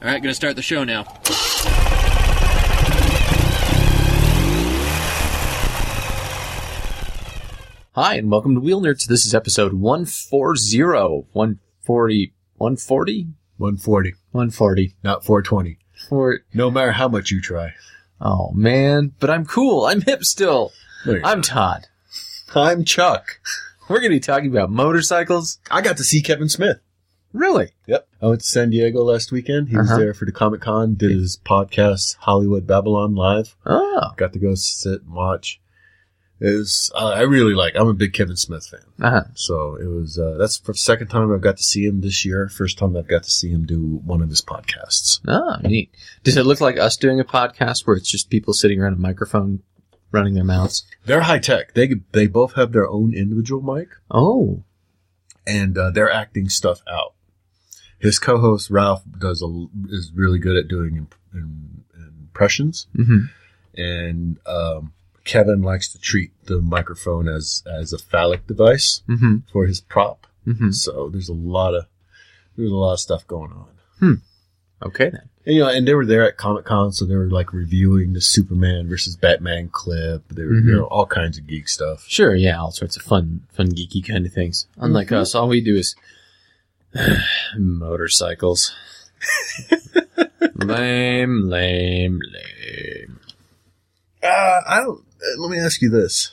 All right, gonna start the show now. Hi, and welcome to Wheel Nerds. This is episode 140, 140, 140? 140, 140. not 420. Four. No matter how much you try. Oh, man. But I'm cool. I'm hip still. There you go. I'm Todd. I'm Chuck. We're going to be talking about motorcycles. I got to see Kevin Smith. Really? Yep. I went to San Diego last weekend. He was Uh-huh. there for the Comic Con, did his podcast, Hollywood Babylon Live. Oh. Got to go sit and watch. It was, uh, I really like, I'm a big Kevin Smith fan. Uh-huh. So it was, uh, that's the second time I've got to see him this year. First time I've got to see him do one of his podcasts. Oh, neat. Does it look like us doing a podcast where it's just people sitting around a microphone running their mouths? They're high tech. They, they both have their own individual mic. Oh. and uh, they're acting stuff out. His co-host Ralph does a, is really good at doing imp- im- impressions, Mm-hmm. and um, Kevin likes to treat the microphone as as a phallic device Mm-hmm. for his prop. Mm-hmm. So there's a lot of there's a lot of stuff going on. Okay, then. And, you know, and they were there at Comic Con, so they were like reviewing the Superman versus Batman clip. They were you Mhm. know, all kinds of geek stuff. Sure, yeah, all sorts of fun, fun, geeky kind of things. Unlike us, all we do is motorcycles. lame, lame, lame. Uh, I don't. uh, Let me ask you this.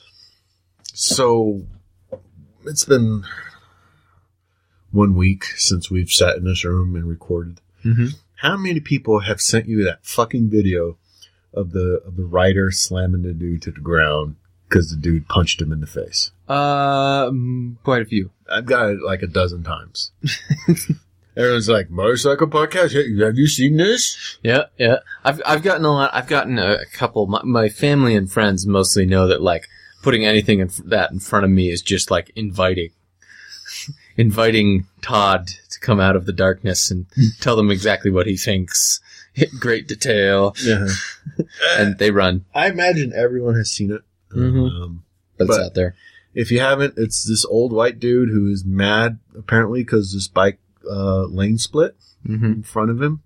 So, it's been one week since we've sat in this room and recorded. Mm-hmm. How many people have sent you that fucking video of the of the rider slamming the dude to the ground because the dude punched him in the face? Um, quite a few. I've got it like a dozen times. Everyone's like, "Motorcycle podcast? hey, Have you seen this?" Yeah, yeah. I've I've gotten a lot. I've gotten a, a couple. My, my family and friends mostly know that like putting anything in f- that in front of me is just like inviting, inviting Todd to come out of the darkness and tell them exactly what he thinks. Hit great detail. Yeah, and they run. I imagine everyone has seen it. Mhm. Um, But, But- it's out there. If you haven't, it's this old white dude who is mad apparently because this bike uh, lane split Mm-hmm. in front of him,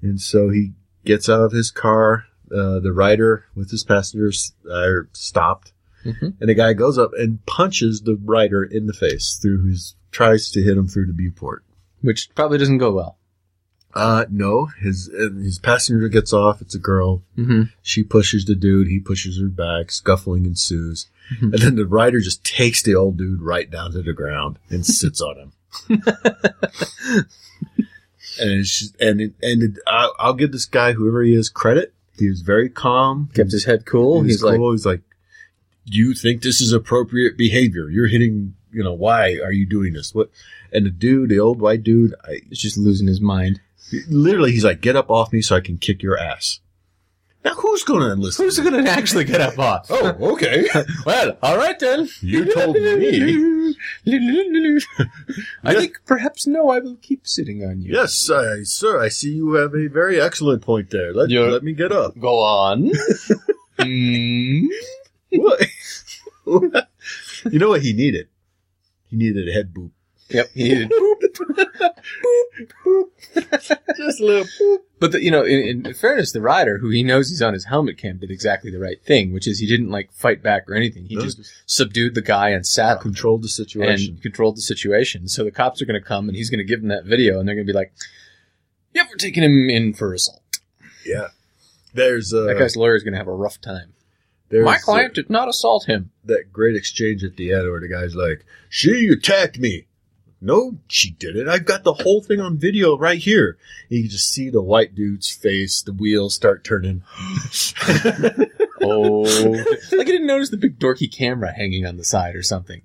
and so he gets out of his car. Uh, the rider with his passengers are stopped, Mhm. and the guy goes up and punches the rider in the face through his tries to hit him through the viewport. Which probably doesn't go well. Uh, no, his uh, his passenger gets off. It's a girl. Mm-hmm. She pushes the dude. He pushes her back. Scuffling ensues. Mhm. And then the rider just takes the old dude right down to the ground and sits on him. and it's just, and it, and it, I, I'll give this guy, whoever he is, credit. He was very calm. Kept his head cool. He was He's like, cool. he's like, do you think this is appropriate behavior? You're hitting, you know, why are you doing this? What? And the dude, the old white dude, I, he's just losing his mind. literally, he's like, get up off me so I can kick your ass. Now, who's going to enlist? Who's me? going to actually get up off? Oh, okay. well, all right then. you told me. I think perhaps no, I will keep sitting on you. Yes, I, sir. I see you have a very excellent point there. Let, You're- let me get up. Go on. mm. What? you know what he needed? He needed a head boop. Yep, he did. Just a little boop. But the, you know, in, in fairness, the rider, who he knows he's on his helmet cam, did exactly the right thing, which is he didn't like fight back or anything. He No, just subdued the guy and sat on him. controlled the and situation. controlled the situation. So the cops are going to come and he's going to give them that video and they're going to be like, "Yep, we're taking him in for assault." yeah. There's uh, that guy's lawyer is going to have a rough time. there's My uh, client did not assault him. that great exchange at the end where the guy's like, "She attacked me." No, she didn't. I've got the whole thing on video right here. And you can just see the white dude's face. The wheels start turning. Oh, like I didn't notice the big dorky camera hanging on the side or something.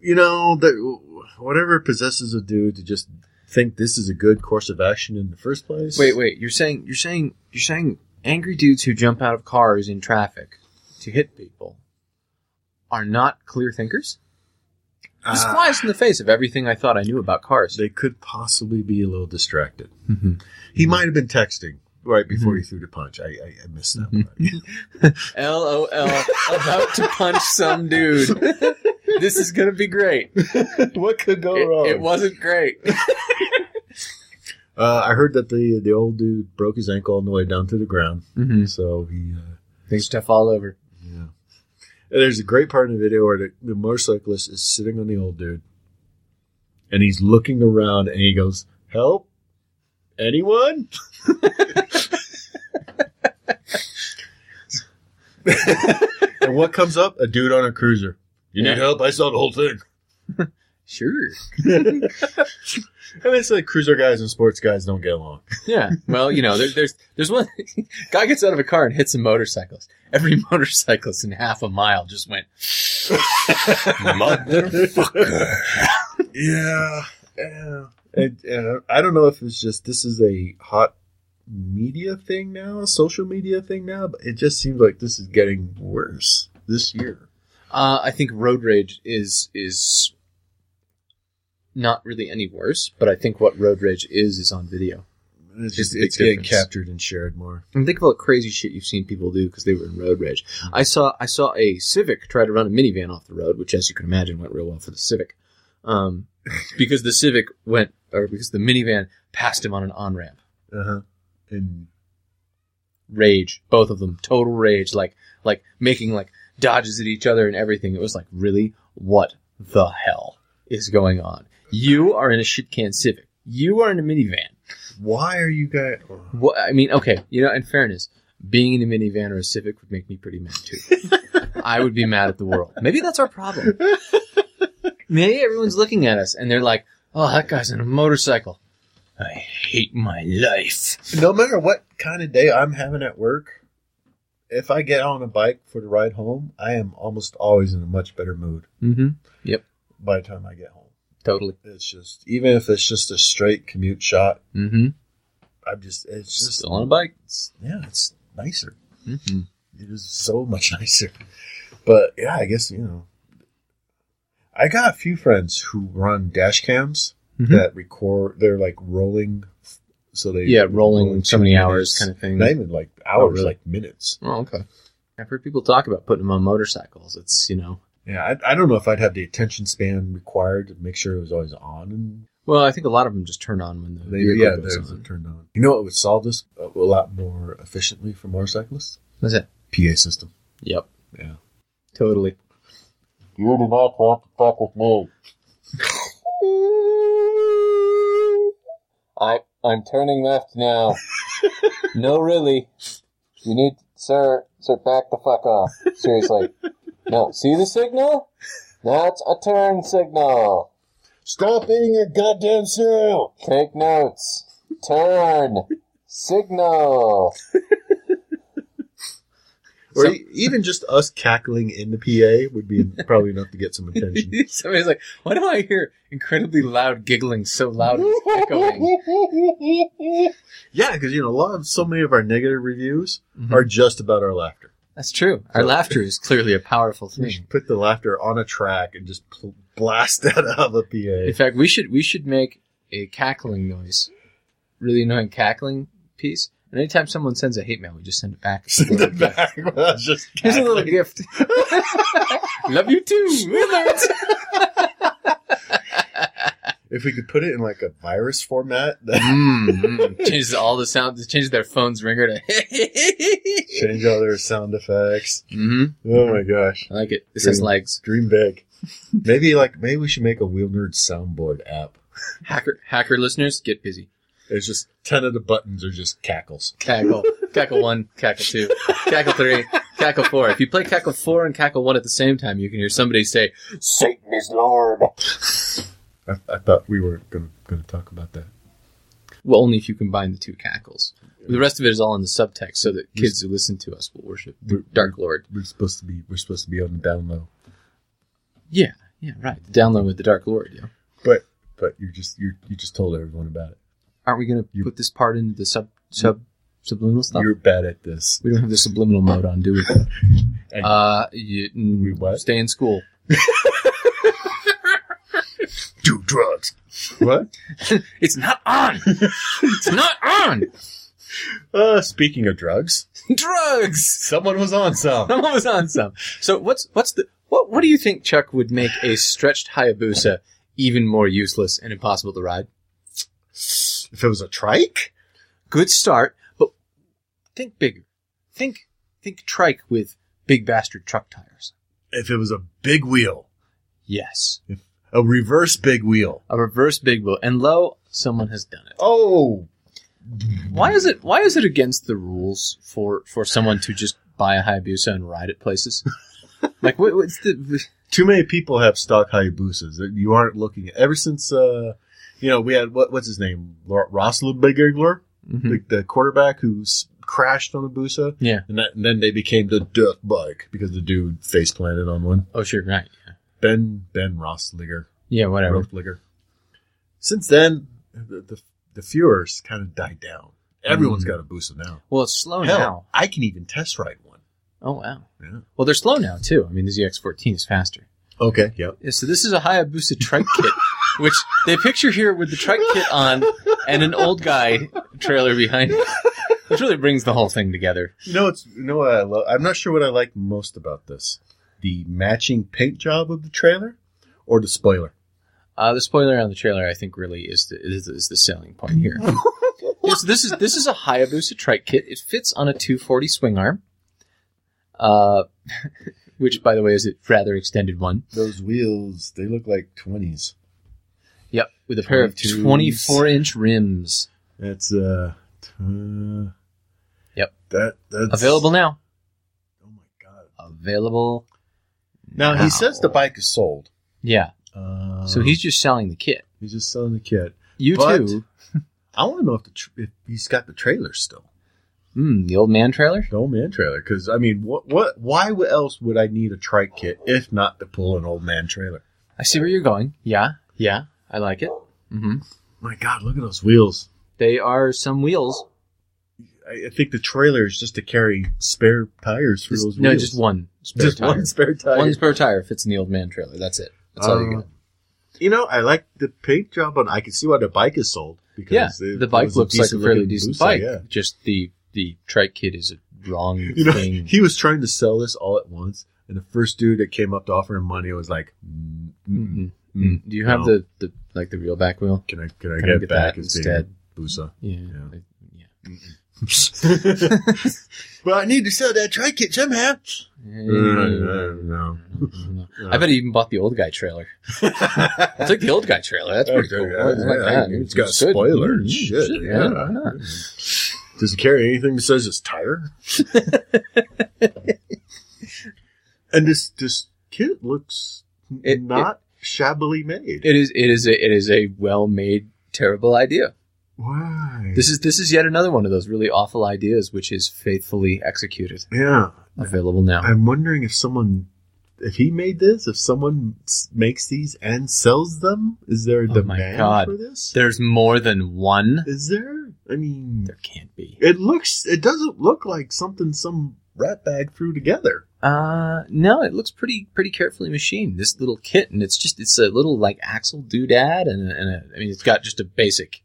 you know that whatever possesses a dude to just think this is a good course of action in the first place. Wait, wait, you're saying you're saying you're saying angry dudes who jump out of cars in traffic to hit people are not clear thinkers? This Ah, flies in the face of everything I thought I knew about cars. they could possibly be a little distracted. Mm-hmm. He might have been texting right before he threw the punch. I, I, I missed that Mm-hmm. one. LOL, about to punch some dude. this is going to be great. what could go It, it wasn't great. Uh, I heard that the the old dude broke his ankle on the way down to the ground, Mm-hmm. so he. Uh, Big stuff all over. yeah. And there's a great part in the video where the, the motorcyclist is sitting on the old dude, and he's looking around, and he goes, "Help, anyone?" and what comes up? A dude on a cruiser. You Yeah. need help? I saw the whole thing. Sure. And it's like cruiser guys and sports guys don't get along. Yeah. Well, you know, there, there's there's one guy gets out of a car and hits a motorcyclist. Every motorcyclist in half a mile just went. Motherfucker. yeah. Yeah. And, and I don't know if it's just this is a hot media thing now, social media thing now, but it just seems like this is getting worse this year. Uh, I think road rage is is not really any worse, but I think what road rage is is on video. It's just just a big it's getting difference. captured and shared more. And think about crazy shit you've seen people do because they were in road rage. I saw I saw a Civic try to run a minivan off the road, which, as you can imagine, went real well for the Civic, um, because the Civic went or because the minivan passed him on an on ramp. Uh huh. And Rage, both of them, total rage, like like making like dodges at each other and everything. It was like, really, what the hell is going on? You are in a shit can Civic. You are in a minivan. why are you guys? What I mean, okay, you know, in fairness, being in a minivan or a Civic would make me pretty mad too. I would be mad at the world. Maybe that's our problem. Maybe everyone's looking at us and they're like, "Oh, that guy's on a motorcycle. I hate my life." No matter what kind of day I'm having at work, if I get on a bike for the ride home, I am almost always in a much better mood Mm-hmm. by the time I get home. Totally. It's just even if it's just a straight commute shot, Mm-hmm. I'm just it's just Still on a bike. it's, yeah, it's nicer. Mm-hmm. It is so much nicer. But yeah, I guess you know, I got a few friends who run dash cams Mhm. that record. They're like rolling, so they Yeah, rolling so many two hours, minutes. kind of thing. Oh, Not even like hours, really? like minutes. Oh, okay. I've heard people talk about putting them on motorcycles. It's you know, Yeah, I, I don't know if I'd have the attention span required to make sure it was always on and well, I think a lot of them just turn on when the They, vehicle yeah, goes there's on. it turned on. You know what would solve this a a lot more efficiently for motorcyclists? What's that? PA system. Yep. Yeah. Totally. You do not want to talk with me. I I'm turning left now. no, really. You need, sir, sir, back the fuck off. Seriously. No, see the signal? That's a turn signal. Stop eating your goddamn cereal. Take notes. Turn. Signal. Or So- e- even just us cackling in the PA would be probably enough to get some attention. Somebody's like, why do I hear incredibly loud giggling so loud it's echoing? yeah, because you know a lot of so many of our negative reviews Mhm. are just about our laughter. That's true. Our laughter is clearly a powerful We thing. should put the laughter on a track and just pl- blast that out of a In PA. fact, we should we should make a cackling noise, really annoying cackling piece. And anytime someone sends a hate mail, we just send it back. Send it back. without just Here's a little cackling. gift. Love you too, Willard. If we could put it in like a virus format, that Mm-hmm. mm, changes all the sound. Changes their phone's ringer to. change all their sound effects. mm-hmm. Oh my gosh. I like it. It says Dream. legs. Dream big. Maybe like maybe we should make a Wheel Nerd soundboard app. Hacker hacker listeners, get busy. It's just ten of the buttons are just cackles. cackle, cackle one, cackle two, cackle three, cackle four. If you play cackle four and cackle one at the same time, you can hear somebody say, Satan is Lord. I, I thought we were gonna gonna talk about that. "Well, only if you combine the two cackles." The rest of it is all in the subtext, so that kids who listen to us will worship We're, Dark Lord. we're supposed to be we're supposed to be on the down low, Yeah, yeah, right. The download with the Dark Lord. Yeah. but but you just you you just told everyone about it. Aren't we going to You- put this part into the sub sub subliminal stuff? You're bad at this. We don't have the subliminal mode on, do we? And- uh, you, mm, We what? Stay in school. Do drugs. What? It's not on. it's not on. Uh, speaking of drugs, Drugs. someone was on some. Someone was on some. So what's what's the what what do you think Chuck would make a stretched Hayabusa even more useless and impossible to ride? Yes. If it was a trike, Good start, but think bigger. Think think trike with big bastard truck tires. if it was a big wheel, Yes. a reverse big wheel. A reverse big wheel. And lo, someone has done it. Oh, Why is it why is it against the rules for for someone to just buy a Hayabusa and ride it places? like what, what's the too many people have stock Hayabusas. You aren't looking at. Ever since, uh, you know, we had what, what's his name, Ro- Ross Liebigler, Mhm. the, the quarterback who s- crashed on a Busa, Yeah. and, that, and then they became the death bike because the dude face planted on one. Oh sure, right. Yeah. Ben Ben Rossliger, Yeah, whatever. Rothliger. Since then, the the, the Fuhrers kind of died down. Everyone's Mm. got a Busa now. Well, it's slow Hell, Oh, now. I can even test ride one. Oh wow. Yeah. Well, they're slow now too. I mean, the ZX14 is faster. Okay. Yep. Yeah, so this is a Hayabusa trike kit, which they picture here with the trike kit on and an old guy trailer behind it, which really brings the whole thing together. You know, it's you know what I love. I'm not sure what I like most about this: the matching paint job of the trailer, or the spoiler. Uh, the spoiler on the trailer, I think, really is the, is, is the selling point here. Yeah, so this is this is a Hayabusa trike kit. It fits on a 240 swing arm, uh, which, by the way, is a rather extended one. Those wheels, they look like twenties. Yep, with a pair of 22s. 24 inch rims That's uh, t- Yep. That that's available now. Oh my god. Available Now Wow. he says the bike is sold. Yeah, Uh, so he's just selling the kit. he's just selling the kit. You But- too. I want to know if the tr- if he's got the trailer still, Mm, the old man trailer? the old man trailer. Because I mean, what what? Why would- else would I need a trike kit if not to pull an old man trailer? I see where you're going. Yeah, yeah, I like it. hmm My God, look at those wheels. They are some wheels. I, I think the trailer is just to carry spare tires for those Just- no, wheels. just one. Spare Just tire. one spare tire. One spare tire fits in the old man trailer. That's it. That's all you Um, got. You know, I like the paint job on. I can see why the bike is sold Yeah, because it- the it bike was a looks like a fairly decent-looking decent Busa, bike. yeah. Just the the trike kit is a wrong You know, thing. he was trying to sell this all at once, and the first dude that came up to offer him money was like, "Mm, mm, Mm-mm. Mm. Do you have No. the, the like the real back wheel? Can I can I Can I get, get back that as instead? being Busa? Yeah. Yeah. I- yeah. well, I need to sell that tri kit somehow. Uh, no. I bet he even bought the old guy trailer. I took the old guy trailer. That's pretty cool. Yeah, It's like yeah, that. it's got good. spoiler and Mm, shit, yeah. why not? Does it carry anything besides its tire? and this this kit looks It- not shabbily made. It is. It is. A, it is a well-made terrible idea. Why? This is. This is yet another one of those really awful ideas, which is faithfully executed. yeah. Available now. I'm wondering if someone, if he made this, if someone s- makes these and sells them, is there a Oh my demand God. for this? There's more than one. Is there? I mean, There can't be. it looks, it doesn't look like something some rat bag threw together. Uh, no. It looks pretty, pretty carefully machined. This little kit, and it's just, it's a little like axle doodad, and a, and a, I mean, it's got just a basic.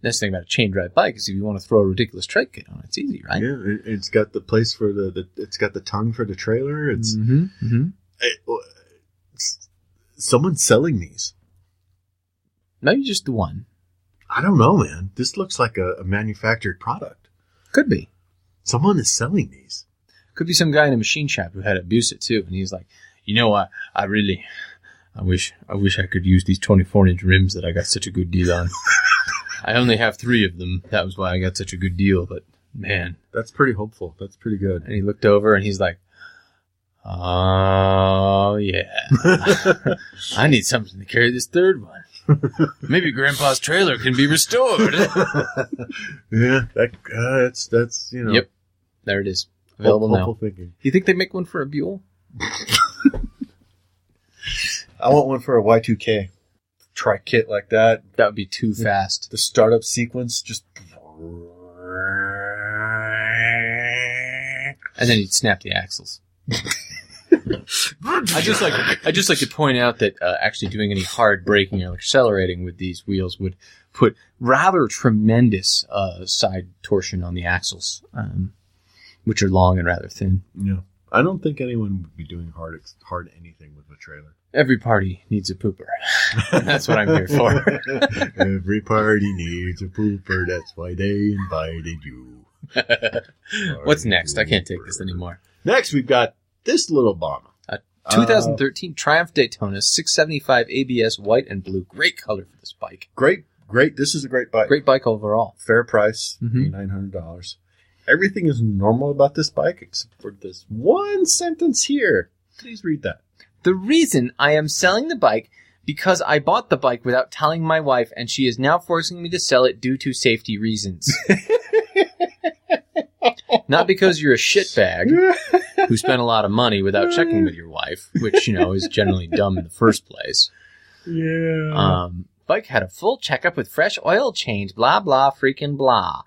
Nice thing about a chain drive bike is if you want to throw a ridiculous trike kit on, it, it's easy, right? yeah, it, it's got the place for the, the, it's got the tongue for the trailer. It's, hmm hmm it, it's someone's selling these. Maybe just the one. I don't know, man. This looks like a, a manufactured product. Could be. Someone is selling these. Could be some guy in a machine shop who had abuse it too, and he's like, you know, I, I really, I wish, I wish I could use these twenty-four inch rims that I got such a good deal on. I only have three of them. That was why I got such a good deal. But man, That's pretty hopeful. That's pretty good. and he looked over and he's like, oh yeah, I need something to carry this third one. Maybe Grandpa's trailer can be restored. Yeah, that, uh, that's that's you know Yep. there it is, available now. hopeful thinking. Do you think they make one for a Buell? I want one for a Y two K tri kit like that. That would be too fast. The startup sequence just and then he'd snap the axles. I just like I just like to point out that uh, actually doing any hard braking or accelerating with these wheels would put rather tremendous uh, side torsion on the axles, um, which are long and rather thin. yeah. I don't think anyone would be doing hard ex- hard anything with a trailer. Every party needs a pooper. That's what I'm here for. Every party needs a pooper. That's why they invited you. What's next? I can't take this anymore. Next, we've got this little bomber. A Uh, 2013 Triumph Daytona 675 ABS white and blue. Great color for this bike. great, great. This is a great bike. Great bike overall. fair price, Mhm. nine hundred dollars. Everything is normal about this bike except for this one sentence here. Please read that. The reason I am selling the bike because I bought the bike without telling my wife and she is now forcing me to sell it due to safety reasons. Not because you're a shitbag who spent a lot of money without checking with your wife, which, you know, is generally dumb in the first place. yeah. Um, bike had a full checkup with fresh oil change, blah, blah, freaking blah.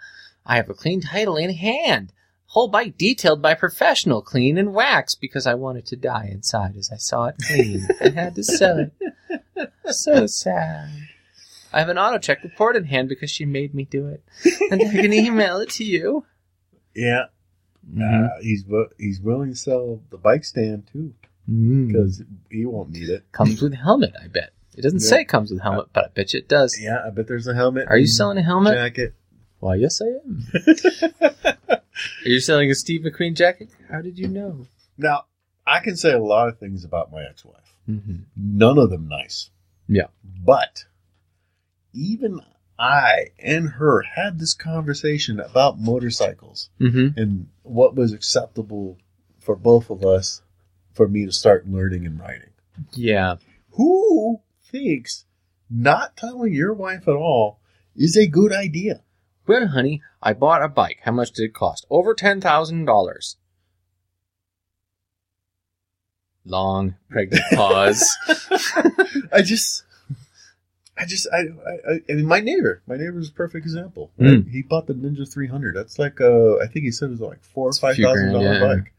I have a clean title in hand. Whole bike detailed by professional, clean and waxed because I wanted to die inside as I saw it clean and had to sell it. So sad. I have an auto check report in hand because she made me do it. And I can email it to you. yeah. Mhm. Uh, he's wi- he's willing to sell the bike stand too Mm. because he won't need it. Comes with helmet, I bet. It doesn't Yeah. say comes with helmet, but I bet you it does. Yeah, I bet there's a helmet. Are you and selling a helmet? jacket? Why, yes, I am. Are you selling a Steve McQueen jacket? How did you know? Now I can say a lot of things about my ex-wife. Mm-hmm. None of them nice. Yeah. But even I and her had this conversation about motorcycles. Mm-hmm. and what was acceptable for both of us for me to start learning and writing. Yeah. Who thinks not telling your wife at all is a good idea? Well, honey, I bought a bike. How much did it cost? Over ten thousand dollars. Long pregnant pause. I just, I just, I, I, I, I mean, my neighbor, my neighbor's a perfect example. Hmm. right? He bought the Ninja 300. That's like, uh, I think he said it was like four or a five few thousand grand, dollar yeah. bike,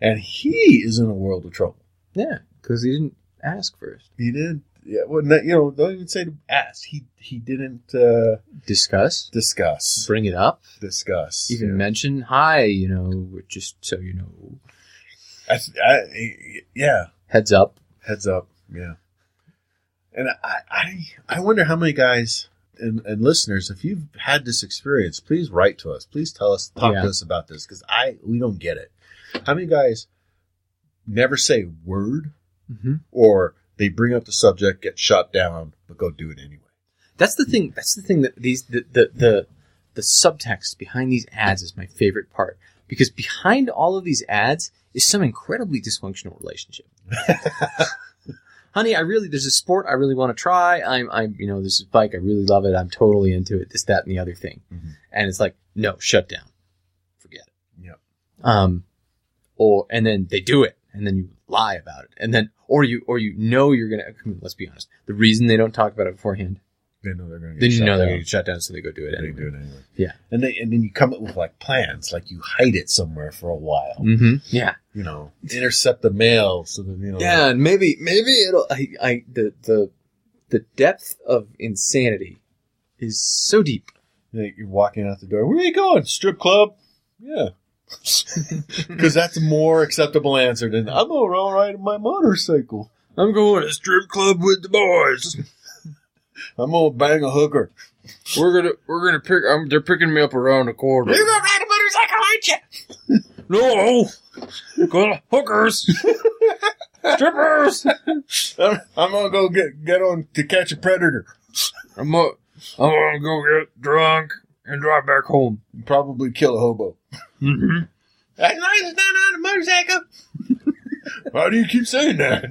and he is in a world of trouble. yeah, because he didn't ask first. He did, yeah. Well, not, you know, don't even say to ask. He he didn't uh, Discuss. discuss. Bring it up. discuss. Even mention hi. You know, we're just so you know. I, I, yeah, Heads up. heads up. Yeah, and I, I, I wonder how many guys and, and listeners, if you've had this experience, please write to us. Please tell us, talk Yeah. to us about this because I we don't get it. How many guys never say word Mm-hmm. or they bring up the subject, get shot down, but go do it anyway. That's the thing. That's the thing that these the the the, the subtext behind these ads is my favorite part because behind all of these ads is some incredibly dysfunctional relationship. Honey, I really there's a sport I really want to try. I'm I'm you know this is bike I really love it. I'm totally into it. This that and the other thing, Mhm. and it's like no shut down, forget it. Yep. Um, or and then they do it and then you lie about it and then or you or you know you're gonna come on, let's be honest the reason they don't talk about it beforehand They know they're going to. then you know they're going down. to shut down, so they go do it They anyway. do it anyway. Yeah. and they and then you come up with like plans, like you hide it somewhere for a while. Mm-hmm. Yeah, you know, intercept the mail so that you know. yeah, and maybe maybe it'll. I, I the the the depth of insanity is so deep. that You're walking out the door. Where are you going? Strip club? Yeah. Because that's a more acceptable answer than I'm going to ride my motorcycle. I'm going to strip club with the boys. I'm going to bang a hooker. We're gonna we're gonna pick. Um, they're picking me up around the corner. You're going to ride a motorcycle, aren't you? No, Gonna- hookers, strippers. I'm, I'm going to go get, get on to catch a predator. I'm i I'm gonna go get drunk and drive back home. And probably kill a hobo. Mm-hmm. As long as it's not on a motorcycle. Why do you keep saying that?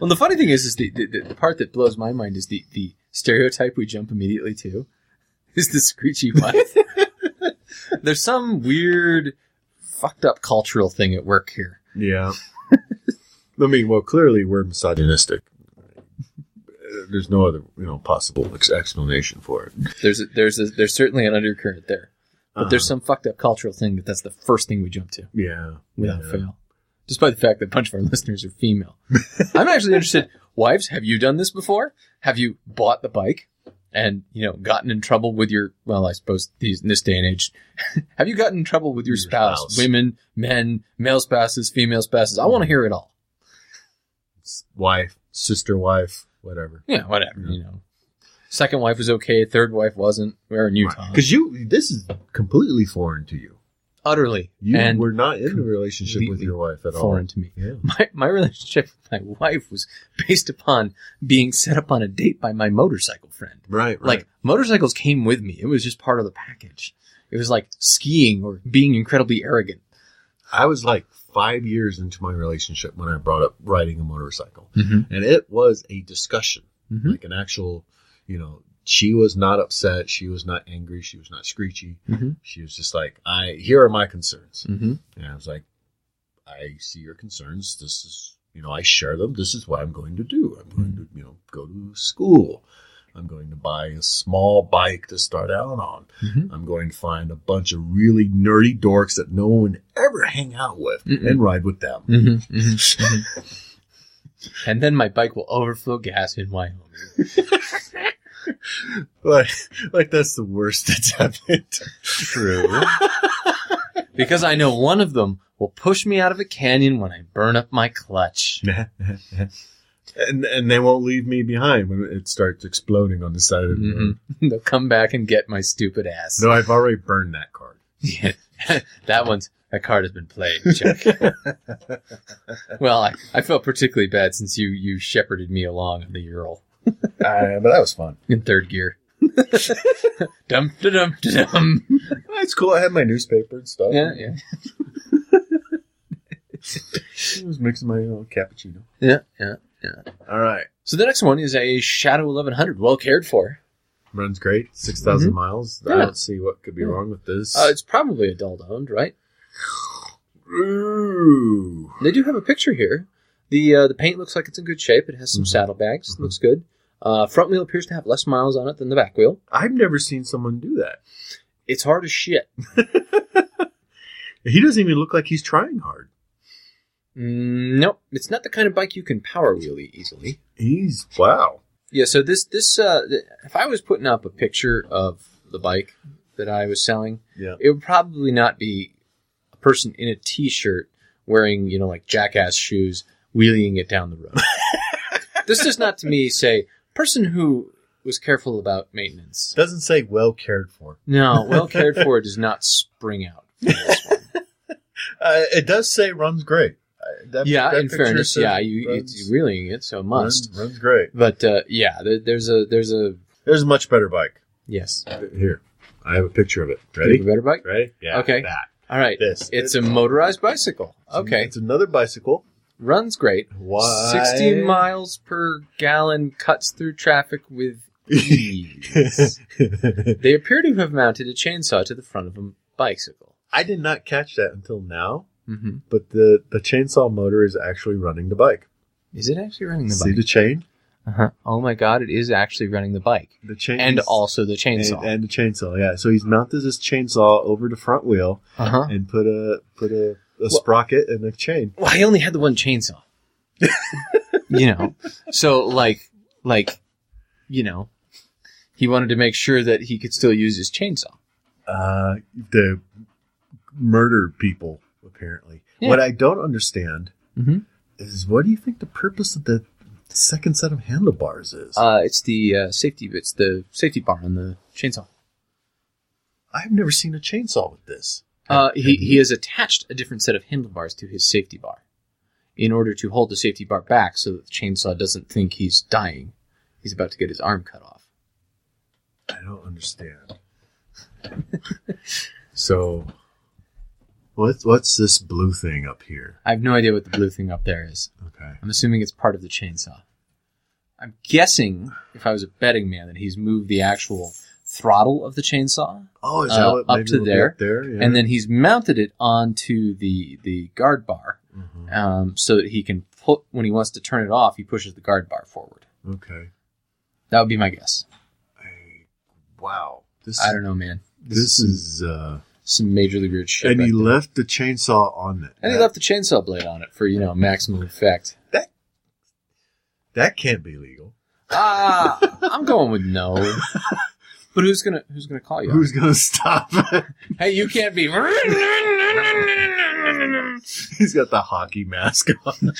Well, the funny thing is, is the, the, the part that blows my mind is the, the stereotype we jump immediately to is the screechy wife. There's some weird, fucked up cultural thing at work here. Yeah. I mean, well, clearly we're misogynistic. Uh, There's no other, you know, possible ex- explanation for it. There's a, there's a, there's certainly an undercurrent there, but there's some Uh-huh. fucked up cultural thing that that's the first thing we jump to Um, yeah, without yeah. fail, despite the fact that a bunch of our listeners are female. I'm actually interested. Wives, have you done this before? Have you bought the bike? and you know gotten in trouble with your well i suppose these in this day and age have you gotten in trouble with your, Your spouse? spouse. Mm. women men male spouses female spouses i want to hear it all S- Wife, sister, wife, whatever. yeah whatever you know second wife was okay third wife wasn't we are in utah Because Uh-huh. you, this is completely foreign to you. utterly You and were not in a relationship with completely your wife at foreign to me all. Yeah. my, my relationship with my wife was based upon being set up on a date by my motorcycle friend. Right, right. Like motorcycles came with me. It was just part of the package. It was like skiing or being incredibly arrogant. I was like five years into my relationship when I brought up riding a motorcycle. Mm-hmm. And it was a discussion, Mhm. like an actual, you know, she was not upset. She was not angry. She was not screechy. Mhm. She was just like, I, here are my concerns. Mm-hmm. And I was like, I see your concerns. This is, you know, I share them. This is what I'm going to do. I'm going Hmm. to, you know, go to school. I'm going to buy a small bike to start out on. Mhm. I'm going to find a bunch of really nerdy dorks that no one ever hang out with Mm-mm. and ride with them. Mm-hmm. and then my bike will overflow gas in Wyoming. Like, like that's the worst that's happened. True. because I know one of them will push me out of a canyon when I burn up my clutch. and and they won't leave me behind when it starts exploding on the side of the road. Mhm. They'll come back and get my stupid ass. No, I've already burned that card. Yeah, that one's that card has been played, Chuck. well, I, I felt particularly bad since you you shepherded me along in the Ural Uh, but that was fun. in third gear. dum da dum da dum. Oh, It's cool. I had my newspaper and stuff. Yeah, yeah, I was mixing my own cappuccino. yeah, yeah. All right. So the next one is a Shadow 1100, well cared for. Runs great. 6,000 miles. I Mm-hmm. Yeah. don't see what could be Yeah. wrong with this. Uh, it's probably adult owned, right? Ooh. They do have a picture here. The uh, the paint looks like it's in good shape. It has some Mhm. saddlebags. It Mhm. Looks good. Uh, front wheel appears to have less miles on it than the back wheel. I've never seen someone do that. It's hard as shit. He doesn't even look like he's trying hard. Mm, nope, it's not the kind of bike you can power wheelie easily. He's, wow. Yeah, so this this uh, th- if I was putting up a picture of the bike that I was selling, Yeah. it would probably not be a person in a t-shirt wearing you know like jackass shoes wheeling it down the road. this does not to me say person who was careful about maintenance. Doesn't say well cared for. No, well cared for does not spring out. Uh, it does say runs great. Uh, that- yeah, that in picture fairness, says yeah, you, runs- it's wheeling it, so it must. Runs, runs great. But uh, yeah, there, there's a there's a There's a much better bike. yes. Here, I have a picture of it. Do Ready? you have a better bike? Ready? Yeah. Okay. That. All right. This. It's a motorized bicycle. It's- Okay. It's another bicycle. Runs great. Why? 16 miles per gallon cuts through traffic with ease. they appear to have mounted a chainsaw to the front of a bicycle. I did not catch that until now, Mm-hmm. but the the chainsaw motor is actually running the bike. Is it actually running the See bike? the chain? Uh-huh. Oh my god, it is actually running the bike. The chain And is- also the and, chainsaw. and the chainsaw. Yeah. So he's mounted his chainsaw over the front wheel uh-huh. and put a put a, a sprocket and a chain. Well, I only had the one chainsaw. you know. So like like you know, he wanted to make sure that he could still use his chainsaw. uh, the murder people apparently. Yeah. What I don't understand Mhm. is what do you think the purpose of the second set of handlebars is? Uh, it's the uh, safety. It's the safety bar on the chainsaw. I've never seen a chainsaw with this. Uh, Have- he have he you? has attached a different set of handlebars to his safety bar, in order to hold the safety bar back so that the chainsaw doesn't think he's dying. He's about to get his arm cut off. I don't understand. so, what what's this blue thing up here? I have no idea what the blue thing up there is. Okay. I'm assuming it's part of the chainsaw. I'm guessing, if I was a betting man, that he's moved the actual throttle of the chainsaw, Oh, is Uh, that what up maybe to it'll be there, up there? Yeah. and then he's mounted it onto the the guard bar. Mhm. um, so that he can put when he wants to turn it off, he pushes the guard bar forward. okay. That would be my guess. I- wow. This I don't know, man. this is uh, Some majorly weird shit. and right he there. left the chainsaw on it. and he That- left the chainsaw blade on it for you know maximum effect. That can't be legal. Ah, I'm going with no. But who's gonna who's gonna call you? Who's gonna stop it? hey, you can't be. He's got the hockey mask on.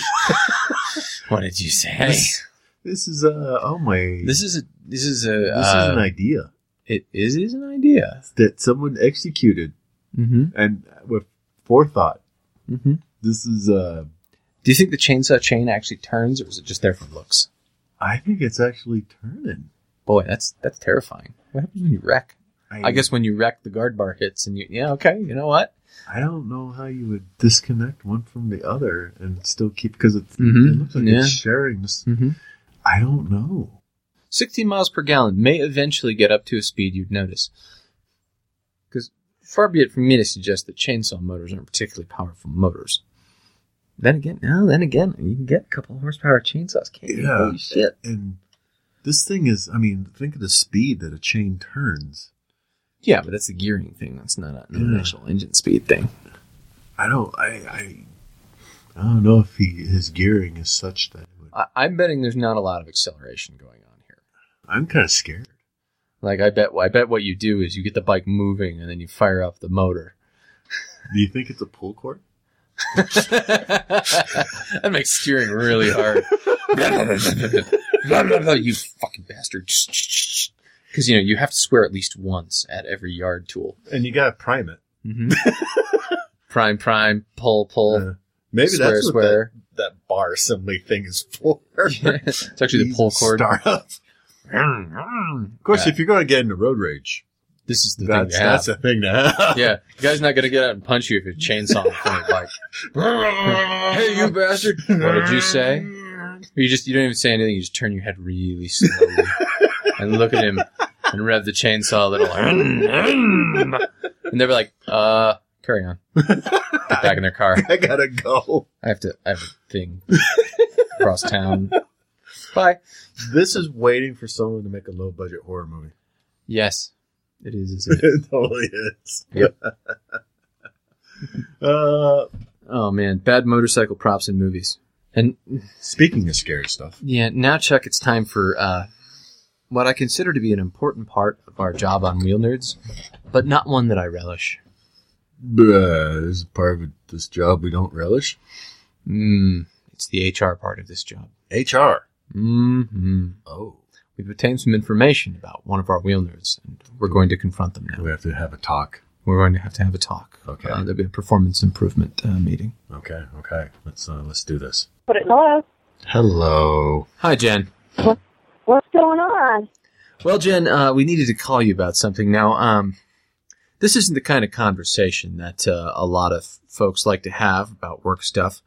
what did you say? This is uh oh my. This, This is a this is a is uh, an idea it is, is an idea. that someone executed Mm-hmm. and with forethought. Mm-hmm. This is uh Do you think the chainsaw chain actually turns, or is it just there for looks? I think it's actually turning. Boy, that's that's terrifying. What happens when you wreck? I guess when you wreck, the guard bar hits, and you yeah okay, you know what? I don't know how you would disconnect one from the other and still keep because it, Mhm, it looks like yeah. it's sharing. This, Mm-hmm. I don't know. 16 miles per gallon may eventually get up to a speed you'd notice. Because far be it from me to suggest that chainsaw motors aren't particularly powerful motors. Then again, no, then again, you can get a couple horsepower chainsaws, can't you? Yeah. Holy shit. And this thing is, I mean, think of the speed that a chain turns. Yeah, but that's a gearing thing. That's not a- an Yeah. actual engine speed thing. I don't, I, I, I don't know if he his gearing is such that. It would, I, I'm betting there's not a lot of acceleration going on here. I'm kind of scared. Like I bet, I bet what you do is you get the bike moving and then you fire up the motor. Do you think it's a pull cord? that makes steering really hard. you fucking bastard. Because, you know, you have to swear at least once at every yard tool. And you gotta prime it. prime, prime, pull, pull. Uh, maybe swear, that's what swear. That, that bar assembly thing is for. it's actually the pull cord. Startup. Of course, Yeah. if you're going to get into road rage, This is the thing that's to have. that's a thing to have. yeah, the guy's not going to get out and punch you if you chainsaw in front of the bike. hey, you bastard. What did you say? You just you don't even say anything. You just turn your head really slowly and look at him and rev the chainsaw a little. and they're like, "Uh, carry on." Get back in their car. I gotta go. I have to. I have a thing across town. Bye. This is waiting for someone to make a low budget horror movie. Yes, it is. Isn't it? it totally is. Yep. uh, Oh man, bad motorcycle props in movies. And speaking of scary stuff, uh, yeah, now Chuck, it's time for uh, what I consider to be an important part of our job on Wheel Nerds, but not one that I relish. Bruh, this is part of this job we don't relish. Mm, it's the HR part of this job. HR. hmm Oh, We've obtained some information about one of our wheel nerds, and we're going to confront them now. we have to have a talk. We're going to have to have a talk. Okay. Uh, there'll be a performance improvement uh, meeting. Okay, okay. Let's uh, let's do this. Put it. Hello. Hello. Hi, Jen. What's going on? Well, Jen, uh, we needed to call you about something. Now, um, this isn't the kind of conversation that uh, a lot of folks like to have about work stuff,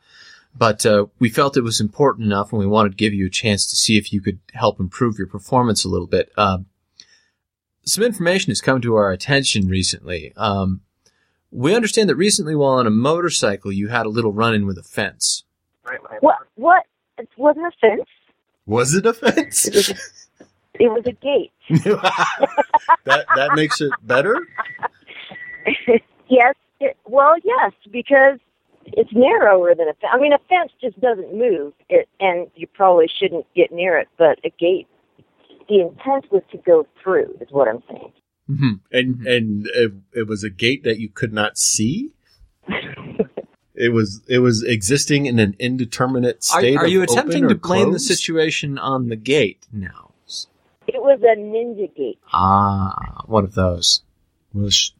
but uh, we felt it was important enough, and we wanted to give you a chance to see if you could help improve your performance a little bit. Um, some information has come to our attention recently. Um, we understand that recently, while on a motorcycle, you had a little run-in with a fence. What? What? It wasn't a fence. Was it a fence? It was a gate. that that makes it better. yes. It, well, yes, because it's narrower than a fence. I mean, a fence just doesn't move, it, and you probably shouldn't get near it. But a gate, the intent was to go through, is what I'm saying. Mm-hmm. and and it, it was a gate that you could not see. it was it was existing in an indeterminate state. Are, are of you open attempting or to blame the closed? situation on the gate now? It was a ninja gate. Ah, one of those. Well, sh-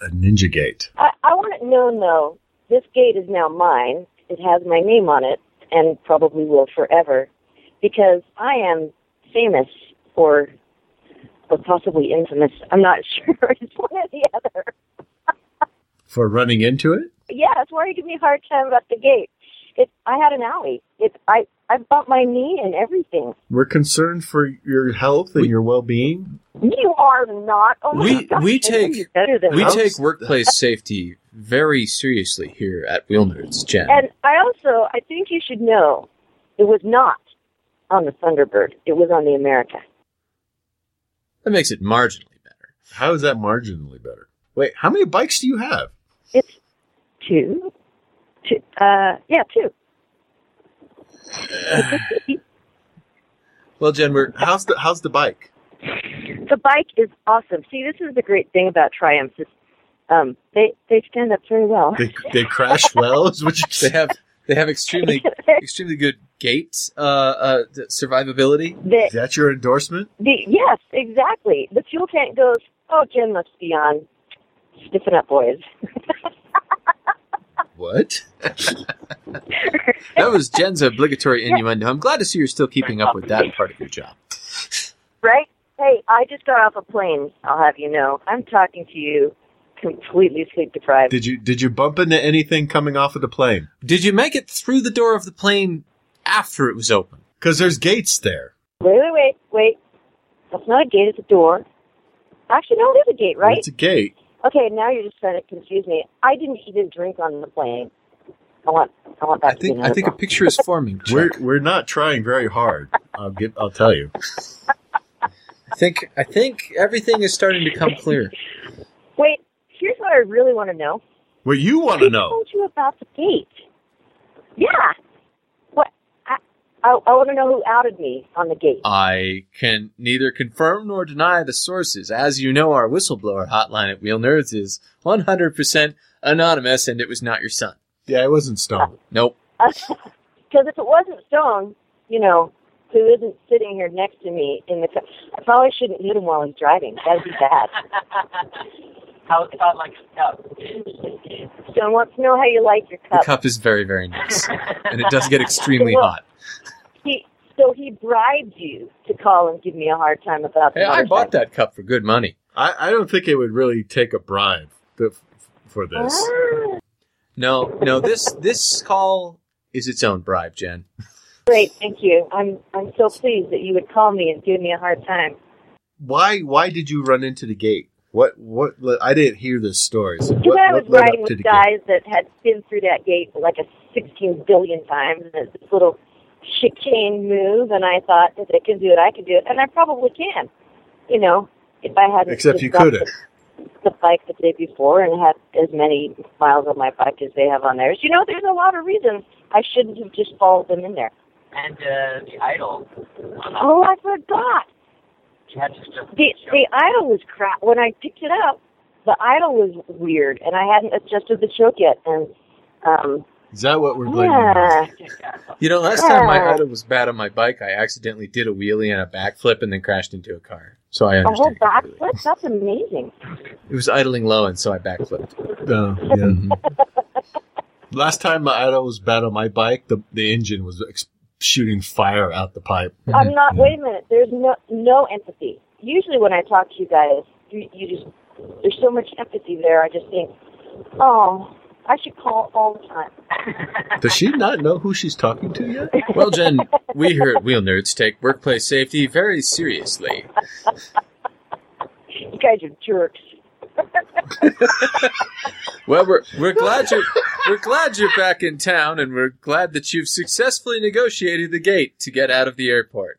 a ninja gate. I, I want to no, no. This gate is now mine. It has my name on it, and probably will forever, because I am famous or or possibly infamous. I'm not sure. it's one or the other. For running into it? Yeah, that's why you give me a hard time about the gate. It. I had an alley. It. I. I bumped my knee and everything. We're concerned for your health and We- your well being. You are not. Oh my We- gosh, we I know take- you better than We that. take workplace safety very seriously here at Wheel Nerds, Jen. And I also, I think you should know, it was not on the Thunderbird. It was on the America. That makes it marginally better. How is that marginally better? Wait, how many bikes do you have? It's two, two. Uh, yeah, two. Well, Jen, we're, how's the how's the bike? The bike is awesome. See, this is the great thing about Triumphs is um, they they stand up very well. They they crash well, is what you They say. have they have extremely extremely good gait uh, uh, th- survivability. The, Is that your endorsement? the yes, exactly. The fuel tank goes. Oh, Jim must be on. Stiffen up, boys. What? That was Jen's obligatory innuendo. I'm glad to see you're still keeping up with that part of your job. Right? Hey, I just got off a plane. I'll have you know. I'm talking to you, completely sleep deprived. Did you did you bump into anything coming off of the plane? Did you make it through the door of the plane after it was open? Because there's gates there. Wait, wait, wait, wait. That's not a gate. It's a door. Actually, no, it is a gate, right? It's a gate. Okay, now you're just trying to confuse me. I didn't eat and drink on the plane. I want, I want that I to think be I think a noticeable. picture is forming. Chuck. We're we're not trying very hard. I'll get. I'll tell you. I think I think everything is starting to come clear. Wait, here's what I really want to know. What you want Who to know? told you about the gate? Yeah. What? I, I, I want to know who outed me on the gate. Uh. I can neither confirm nor deny the sources. As you know, our whistleblower hotline at Wheel Nerds is 100% anonymous, and it was not your son. Yeah, it wasn't Stone. Nope. Because if it wasn't Stone, you know, who isn't sitting here next to me in the car, I probably shouldn't hit him while he's driving. That'd be bad. I was caught like a cup. Stone wants to know how you like your The cup. cup is very, very nice, and it does get extremely hot. He, so he bribed you to call and give me a hard time about the Hey, I bought motorcycle. that cup for good money. I, I don't think it would really take a bribe to, for this. Ah, No, no, this this call is its own bribe, Jen. great, thank you. I'm I'm so pleased that you would call me and give me a hard time. Why? Why did you run into the gate? What? What? I didn't hear this story. So Because what, I was what led riding up to with the gate? guys that had been through that gate like a 16 billion times, and it's this little chicane move, and I thought, if they can do it, I can do it, and I probably can. You know, if I hadn't Except just you got couldn't. the, the bike the day before and had as many miles on my bike as they have on theirs. You know, there's a lot of reasons I shouldn't have just followed them in there. And uh, the idol. Oh, I forgot. You had to just The the idol was crap. When I picked it up, the idol was weird, and I hadn't adjusted the choke yet, and. Um, Is that what we're blaming? you on? yeah. You know, last time my Yeah. auto was bad on my bike, I accidentally did a wheelie and a backflip, and then crashed into a car. So I A whole understand. backflip? That's amazing. It was idling low, and so I backflipped. Oh, yeah. Last time my idol was bad on my bike, the the engine was ex- shooting fire out the pipe. I'm not. Wait a minute. There's no no empathy. Usually when I talk to you guys, you, you just there's so much empathy there. I just think, oh, I should call all the time. Does she not know who she's talking to yet? Well, Jen, we here at Wheel Nerds take workplace safety very seriously. You guys are jerks. Well, we're we're glad you're we're glad you're back in town, and we're glad that you've successfully negotiated the gate to get out of the airport.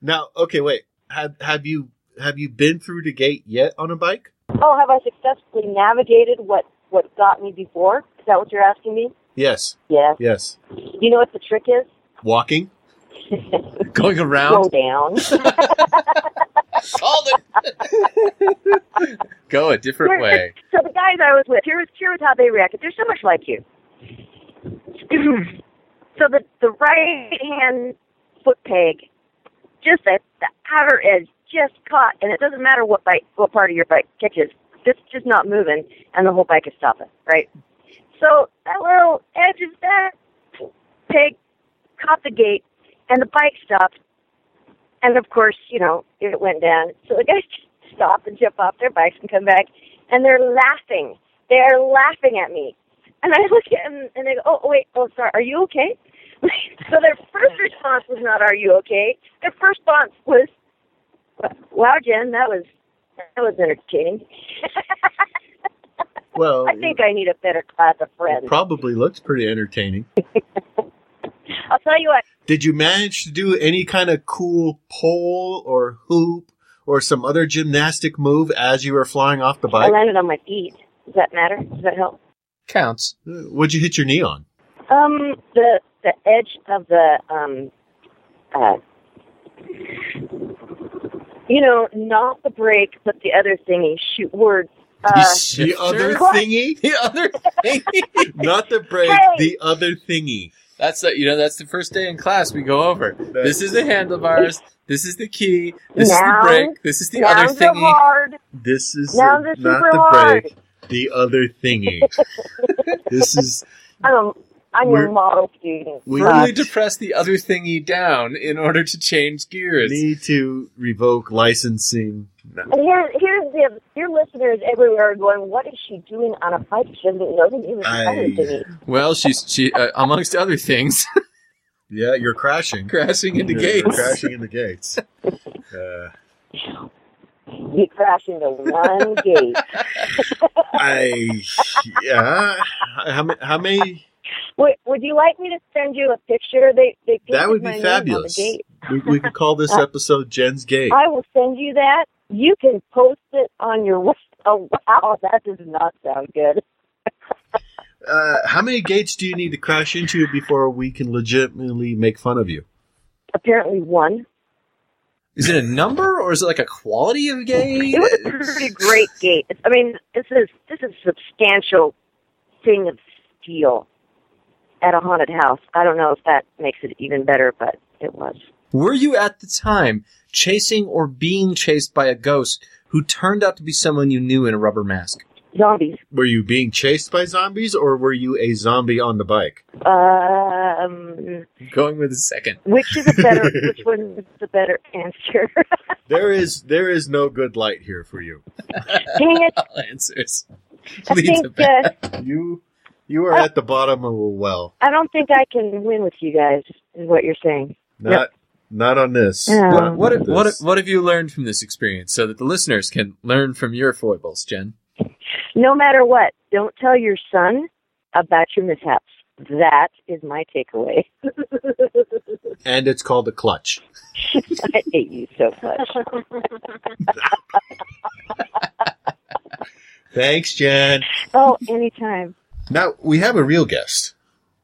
Now, okay, wait. Have have you have you been through the gate yet on a bike? Oh, have I successfully navigated what what got me before? Is that what you're asking me? Yes, Yes. yes. You know what the trick is? Walking. Going Slow around, down. go a different way. So the guys I was with, here was here was how they reacted. They're so much like you. so the the right hand foot peg, just at the outer edge, just caught, and it doesn't matter what bike, what part of your bike catches, it's just not moving, and the whole bike is stopping, right? So that little edge of that peg caught the gate, and the bike stopped, and of course, you know, it went down. So the guys just stop and jump off their bikes and come back, and they're laughing. They're laughing at me. And I look at them and they go, oh, wait, oh, sorry, are you okay? so their first response was not, are you okay? Their first response was, wow, Jen, that was, that was entertaining. Well, I think I need a better class of it friends. probably looks pretty entertaining. I'll tell you what, Did you manage to do any kind of cool pole or hoop or some other gymnastic move as you were flying off the I bike? landed on my feet. Does that matter? Does that help? Counts. What'd you hit your knee on? Um, the the edge of the um, uh, You know, not the break, but the other thingy. Shoot words. Uh, the other Sure. thingy, The other thing. not the break. Hey. The other thingy. That's the, you know that's the first day in class we go over. This is the handlebars. This is the key. This Now- is the brake. This is the other nouns are thingy. hard. This is Nouns the- are not super the hard. break. The other thingy. this is I'm, a, I'm We're- your model student. we Uh, Firmly depress the other thingy down in order to change gears. need to revoke licensing. and here, here's the your listeners everywhere are going. What is she doing on a bike? She doesn't know the name of the I- other thingy. Well, she's she uh, amongst other things Yeah, you're crashing. crashing into You're gates. Crashing into gates. Uh, You crash into one gate. I yeah. How many? How many? Would, would you like me to send you a picture? They they painted That would my be name on the fabulous. gate. We, we could call this episode Jen's Gate. Uh, I will send you that. You can post it on your. web- Oh wow, that does not sound good. Uh, how many gates do you need to crash into before we can legitimately make fun of you? Apparently one. Is it a number or is it like a quality of gate? It was a pretty great gate. I mean, this is this is a substantial thing of steel at a haunted house. I don't know if that makes it even better, but it was. Were you at the time chasing or being chased by a ghost who turned out to be someone you knew in a rubber mask? Zombies. Were you being chased by zombies, or were you a zombie on the bike? Um, I'm going with the second. which is a better? which one's the better answer? There is there is no good light here for you. Dang it! All answers. I Leads think it back. uh, You you are at the bottom of a well. I don't think I can win with you guys. Is what you're saying? Not not on this. Yeah. Not What, on what, what, this. what have you learned from this experience so that the listeners can learn from your foibles, Jen? no matter what, don't tell your son about your mishaps. That is my takeaway. And it's called a clutch. I hate you so much. Thanks, Jen. Oh, anytime. Now we have a real guest.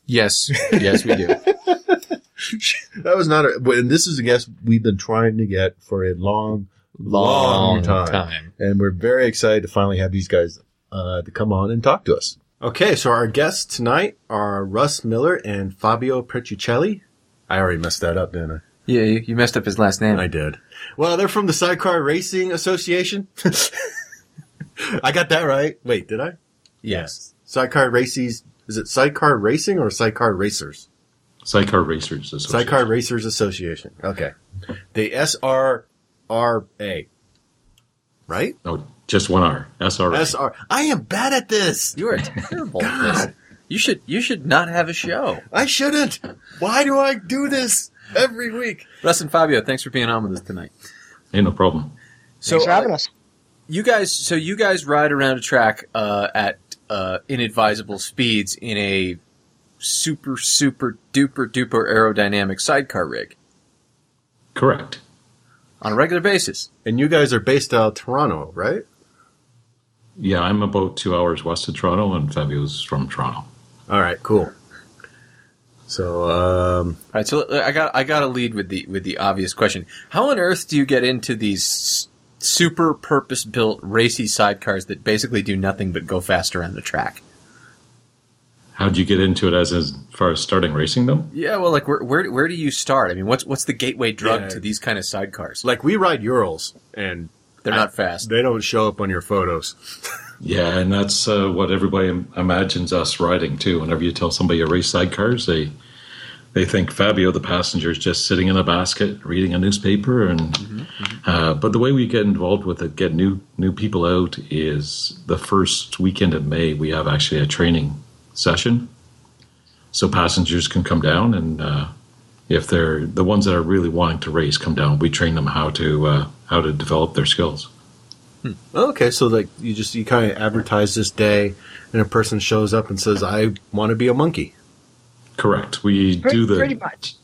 Yes, yes, we do. That was not a. And this is a guest we've been trying to get for a long, long, time. and we're very excited to finally have these guys uh, to come on and talk to us. Okay, so our guests tonight are Russ Miller and Fabio Pertucelli. I already messed that up, didn't I? Yeah, you, you messed up his last name. I did. Well, they're from the Sidecar Racing Association. I got that right. Wait, did I? Yes. Sidecar Races. Is it Sidecar Racing or Sidecar Racers? Sidecar Racers. Association. Sidecar Racers Association. Okay. The SRRA. Right? No, just one R. SRA. SR. I am bad at this. You are terrible. God. at this. You should you should not have a show. I shouldn't. Why do I do this every week? Russ and Fabio, thanks for being on with us tonight. Ain't no problem. So uh, you guys, so you guys ride around a track uh, at uh, inadvisable speeds in a super super duper duper aerodynamic sidecar rig Correct. on a regular basis. And you guys are based out of Toronto, right? Yeah, I'm about two hours west of Toronto, and Fabio's from Toronto. All right, cool. So, um, All right, so uh, I got I got to lead with the with the obvious question: How on earth do you get into these s- super purpose built racy sidecars that basically do nothing but go fast around the track? How'd you get into it as, as far as starting racing, though? Yeah, well, like where where, where do you start? I mean, what's what's the gateway drug Yeah. to these kind of sidecars? like we ride Urals, and They're not fast. they don't show up on your photos. Yeah, and that's uh, what everybody im- imagines us riding too. Whenever you tell somebody you race sidecars, they they think Fabio, the passenger, is just sitting in a basket reading a newspaper. And Uh, but the way we get involved with it, get new new people out, is the first weekend in May we have actually a training session, so passengers can come down and. Uh, if they're the ones that are really wanting to race, come down. We train them how to uh, how to develop their skills. Okay, so like you just you kind of advertise this day, and a person shows up and says, "I want to be a monkey." Correct. We do the pretty much.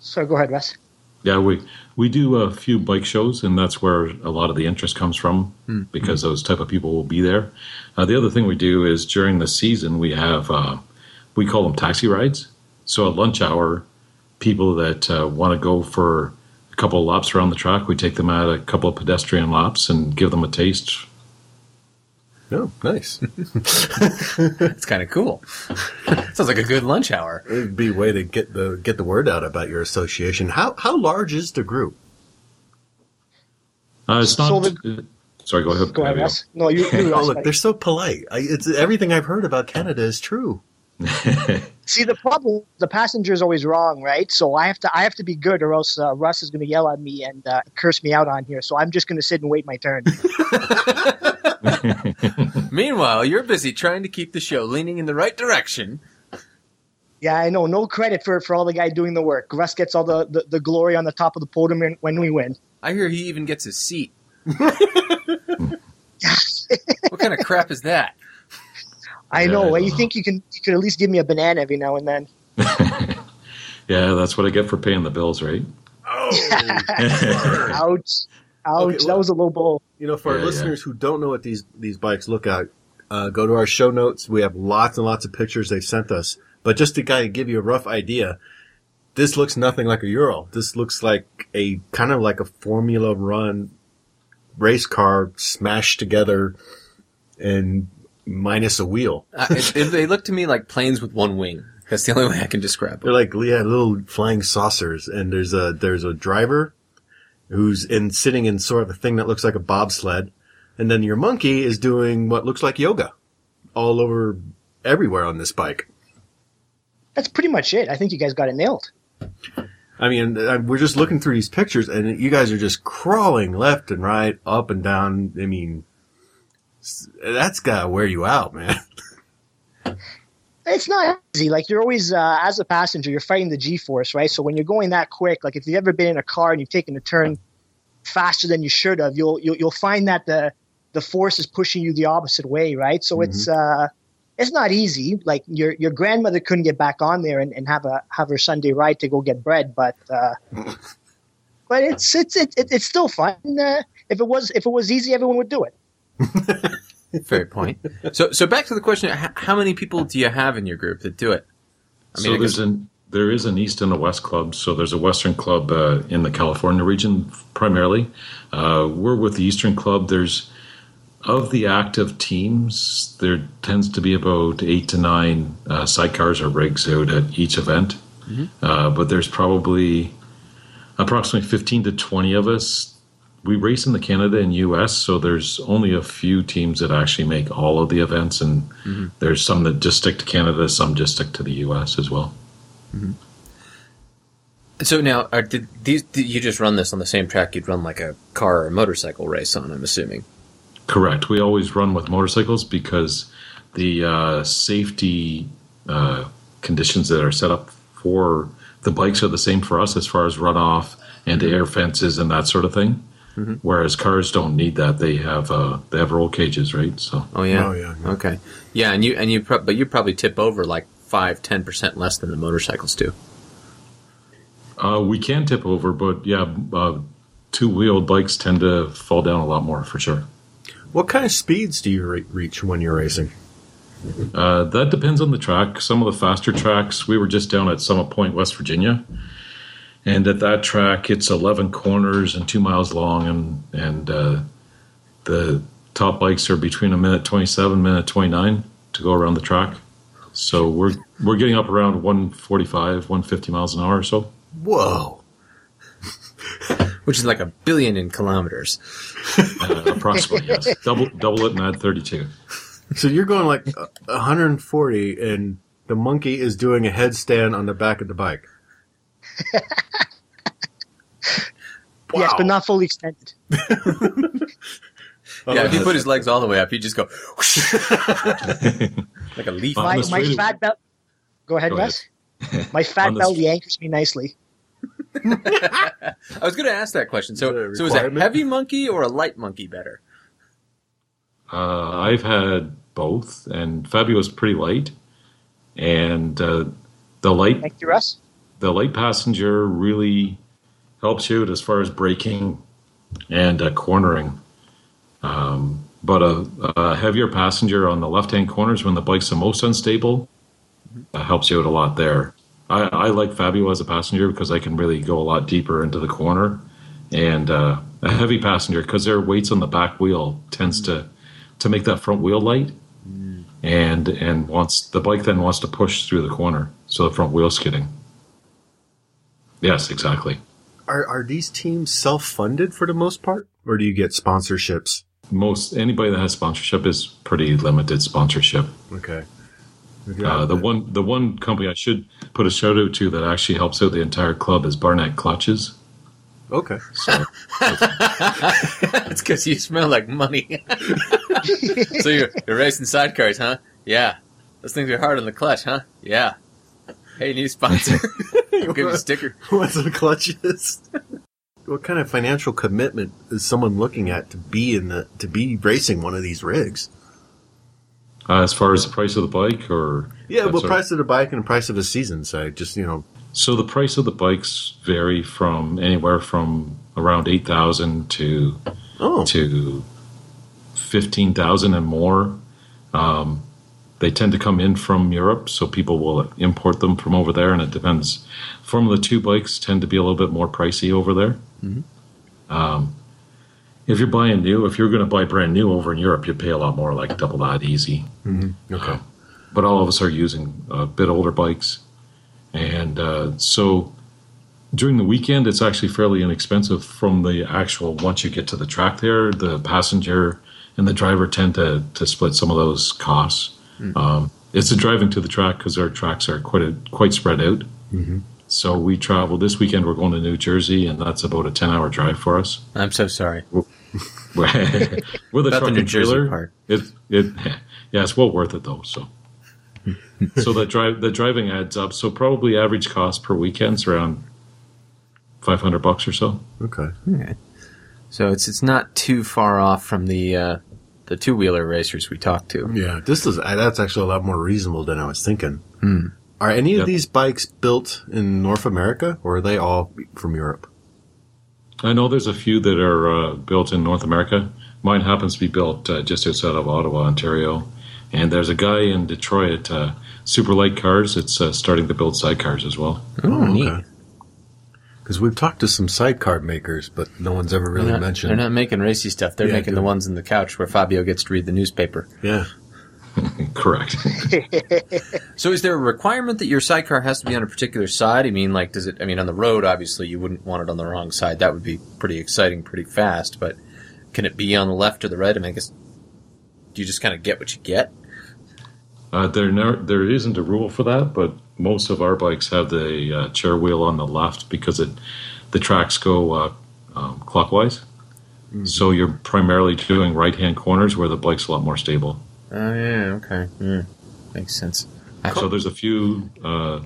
So go ahead, Russ. Yeah, we we do a few bike shows, and that's where a lot of the interest comes from because those type of people will be there. Uh, the other thing we do is during the season we have uh, we call them taxi rides. So at lunch hour, people that uh, want to go for a couple of laps around the track, we take them out a couple of pedestrian laps and give them a taste. Oh, nice. It's kind of cool. Sounds like a good lunch hour. It'd be a way to get the get the word out about your association. How how large is the group? Uh, it's not. So the- sorry, go ahead. Go ahead, Fabio. Russ. No, you. you Oh, Russ, look, mate. they're so polite. I, it's everything I've heard about Canada is true. See, the problem, the passenger's always wrong, right? So I have to, I have to be good, or else uh, Russ is going to yell at me and uh, curse me out on here. So I'm just going to sit and wait my turn. Meanwhile, you're busy trying to keep the show leaning in the right direction. yeah, I know. No credit for for all the guy doing the work. Russ gets all the the, the glory on the top of the podium when- when we win. I hear he even gets his seat. what kind of crap is that? I Yeah, I know. don't you know. think you can? You could at least give me a banana every now and then. yeah, that's what I get for paying the bills, right? Ouch! Ouch! that well- was a low blow. You know, for Yeah, our yeah. listeners who don't know what these these bikes look at, uh, go to our show notes. We have lots and lots of pictures they've sent us. But just to kind of give you a rough idea, this looks nothing like a Ural. This looks like a kind of like a Formula Run race car smashed together and minus a wheel. Uh, it, it- they look to me like planes with one wing. That's the only way I can describe They're them. like yeah, little flying saucers. And there's a there's a driver who's in sitting in sort of a thing that looks like a bobsled, and then your monkey is doing what looks like yoga, all over everywhere on this bike. That's pretty much it. I think you guys got it nailed. I mean, I- we're just looking through these pictures, and you guys are just crawling left and right, up and down. I mean, s- that's gotta wear you out, man. It's not easy. Like you're always, uh, as a passenger, you're fighting the G-force, right? So when you're going that quick, like if you've ever been in a car and you've taken a turn faster than you should have, you'll you'll, you'll find that the the force is pushing you the opposite way, right? So it's uh, it's not easy. Like your your grandmother couldn't get back on there and, and have a have her Sunday ride to go get bread, but uh, but it's it's it, it, it's still fun. Uh, if it was if it was easy, everyone would do it. Fair point. So, so back to the question: h- How many people do you have in your group that do it? I mean, so I guess- there's an there is an east and a west club. So there's a western club uh, in the California region primarily. Uh, we're with the eastern club. There's of the active teams, there tends to be about eight to nine uh, sidecars or rigs out at each event. Mm-hmm. Uh, but there's probably approximately 15 to 20 of us. We race in the Canada and US, so there's only a few teams that actually make all of the events, and Mm-hmm. there's some that just stick to Canada, some just stick to the US as well. So now, are, did these did you just run this on the same track you'd run like a car or motorcycle race on? I'm assuming. Correct. We always run with motorcycles because the uh, safety uh, conditions that are set up for the bikes are the same for us as far as runoff and air fences and that sort of thing. Whereas cars don't need that; they have uh, they have roll cages, right? So Oh yeah. Oh, yeah, yeah. Okay. Yeah, and you and you prob- but you probably tip over like five ten percent less than the motorcycles do. uh, we can tip over, but yeah, uh, two wheeled bikes tend to fall down a lot more for sure. What kind of speeds do you re- reach when you're racing? Uh, that depends on the track. Some of the faster tracks, we were just down at Summit Point, West Virginia. And at that track, it's 11 corners and two miles long. And, and uh, the top bikes are between a minute 27, minute 29 to go around the track. So we're, we're getting up around 145, 150 miles an hour or so. Whoa! Which is like a billion in kilometers. Uh, approximately, yes. Double, double it and add 32. So you're going like uh, 140, and the monkey is doing a headstand on the back of the bike. Yes, but Wow. not fully extended. yeah, if you put his legs all the way up, he'd just go like a leaf. On My, the my street- fat belt. Go ahead, Go Russ. My fat On the belly anchors me nicely. I was going to ask that question. Is that So, a so is a requirement? heavy monkey or a light monkey better? Uh, I've had both, and Fabio was pretty light, and uh, the light Thank you, Russ. the light passenger really helps you out as far as braking and uh, cornering. Um, but a, a heavier passenger on the left hand corners when the bike's the most unstable uh, helps you out a lot there. I, I like Fabio as a passenger because I can really go a lot deeper into the corner, and uh, a heavy passenger because their weights on the back wheel tends to to make that front wheel light, and and wants the bike then wants to push through the corner, so the front wheel skidding. Yes, exactly. Are are these teams self funded for the most part, or do you get sponsorships? Most anybody that has sponsorship is pretty limited sponsorship. Okay. Uh, the one the one company I should put a shout out to that actually helps out the entire club is Barnett Clutches. okay. So it's because you smell like money. so you're, you're racing sidecars, huh? Yeah. Those things are hard on the clutch, huh? Yeah. Hey, new sponsor. Give you a sticker. What's the clutches? what kind of financial commitment is someone looking at to be in the to be racing one of these rigs? uh, as far as the price of the bike or Yeah, that well, sort of- price of the bike and price of the season. So I just you know, So the price of the bikes vary from anywhere from around eight thousand to oh, to fifteen thousand and more. Um, they tend to come in from Europe, so people will import them from over there, and it depends. Formula Two bikes tend to be a little bit more pricey over there. Um, Mm-hmm. if you're buying new, if you're going to buy brand new over in Europe, you pay a lot more, like double that easy. Mm-hmm. okay, but all of us are using a bit older bikes. And uh, so during the weekend, it's actually fairly inexpensive from the actual, once you get to the track there, the passenger and the driver tend to, to split some of those costs. Um, it's the driving to the track because our tracks are quite a, quite spread out. So we travel this weekend. We're going to New Jersey, and that's about a ten-hour drive for us. I'm so sorry. We're the About truck the New and trailer. Jersey part. It it yeah, it's well worth it though. So so the drive the driving adds up. So probably average cost per weekend's around five hundred bucks or so. okay. So it's it's not too far off from the uh, the two wheeler racers we talked to. Yeah, this is uh, that's actually a lot more reasonable than I was thinking. Are any of Yep. these bikes built in North America, or are they all from Europe? I know there's a few that are uh, built in North America. Mine happens to be built uh, just outside of Ottawa, Ontario. And there's a guy in Detroit, uh, Super Light Cars. It's uh, starting to build sidecars as well. Oh, neat. Because we've talked to some sidecar makers, but no one's ever really They're not, mentioned. they're not making racy stuff. They're Yeah, making the dude. ones in the couch where Fabio gets to read the newspaper. Yeah, Correct. So is there a requirement that your sidecar has to be on a particular side? I mean, like, does it? I mean, on the road, obviously, you wouldn't want it on the wrong side. That would be pretty exciting, pretty fast. But can it be on the left or the right? I mean, I guess do you just kind of get what you get? Uh, there, never, there isn't a rule for that, but most of our bikes have the uh, chair wheel on the left because it, the tracks go uh, um, clockwise. Mm-hmm. So you're primarily doing right-hand corners where the bike's a lot more stable. Oh yeah, okay, yeah. makes sense. So there's a few uh,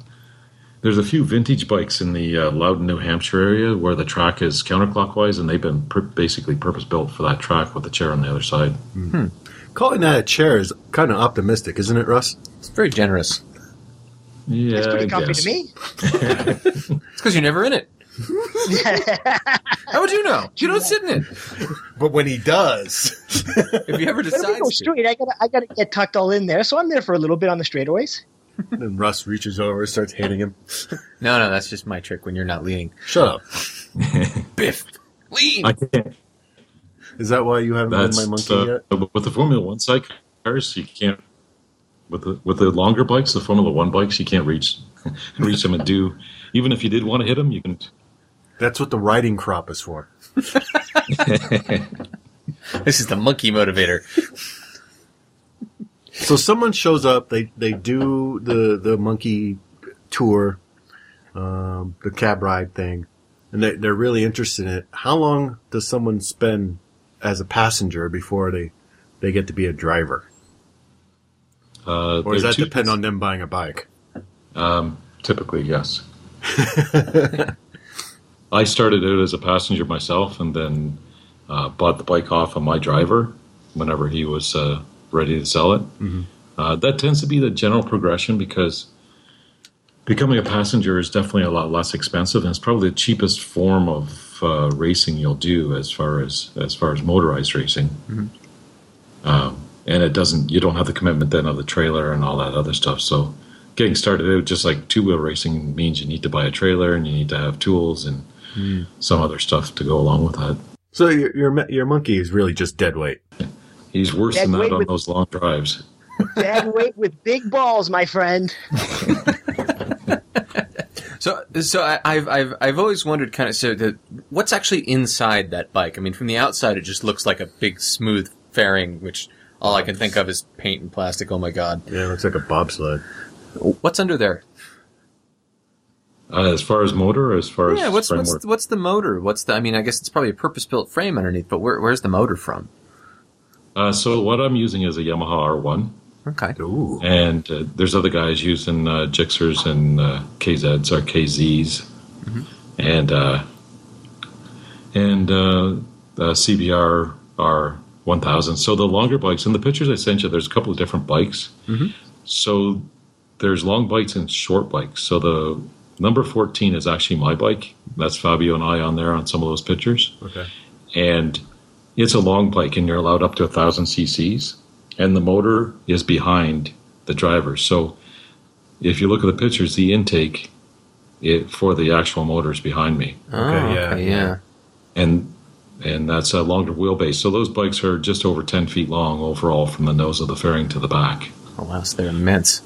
there's a few vintage bikes in the uh, Loudon, New Hampshire area where the track is counterclockwise, and they've been pur- basically purpose-built for that track with the chair on the other side. calling that a chair is kind of optimistic, isn't it, Russ? It's very generous. Yeah, That's pretty I comfy guess. to me. It's because you're never in it. How would you know? You don't sit in it. But when he does, If you ever When we decide go to. straight, I gotta, I gotta get tucked all in there. So I'm there for a little bit on the straightaways. then Russ reaches over and starts hitting him. No, no, that's just my trick when you're not leaning. Shut up! Biff, lean. I can't. Is that why you haven't That's been my monkey uh, yet? with the Formula One sidecars, you can't. With the with the longer bikes, the Formula One bikes, you can't reach reach them and do. Even if you did want to hit them, you can. That's what the riding crop is for. This is the monkey motivator. So someone shows up. They they do the the monkey tour, um, the cab ride thing, and they they're really interested in it. How long does someone spend as a passenger before they they get to be a driver, Uh, or does they're that two- depend on them buying a bike? Typically, yes. I started out as a passenger myself, and then uh, bought the bike off of my driver whenever he was uh, ready to sell it. Uh, that tends to be the general progression because becoming a passenger is definitely a lot less expensive, and it's probably the cheapest form of uh, racing you'll do as far as as far as motorized racing. Um, and it doesn't you don't have the commitment then of the trailer and all that other stuff. So getting started out, just like two wheel racing means you need to buy a trailer and you need to have tools and some other stuff to go along with that. So your your your monkey is really just dead weight. He's worse Dead than that weight on with- those long drives. Dead weight with big balls, my friend. So, so I, I've I've I've always wondered kind of so the, what's actually inside that bike. I mean, from the outside, it just looks like a big smooth fairing, which all I can think of is paint and plastic. Oh my god, Yeah, it looks like a bobsled. what's under there? Uh, as far as motor, or as far yeah, as what's framework, what's what's the motor? What's the? I mean, I guess it's probably a purpose built frame underneath, but where, where's the motor from? Uh, so what I'm using is a Yamaha R1, Okay, Ooh. and uh, there's other guys using uh, Gixxers and uh, KZs or KZs, and uh, and uh, uh, CBR R1000. So the longer bikes in the pictures I sent you, there's a couple of different bikes. So there's long bikes and short bikes. So the number 14 is actually my bike. That's Fabio and I on there on some of those pictures. Okay. And it's a long bike, and you're allowed up to 1,000 cc's, and the motor is behind the driver. So if you look at the pictures, the intake it, for the actual motor is behind me. Oh, yeah, okay, yeah. yeah. And and that's a longer wheelbase. So those bikes are just over 10 feet long overall from the nose of the fairing to the back. Oh wow, so they're immense.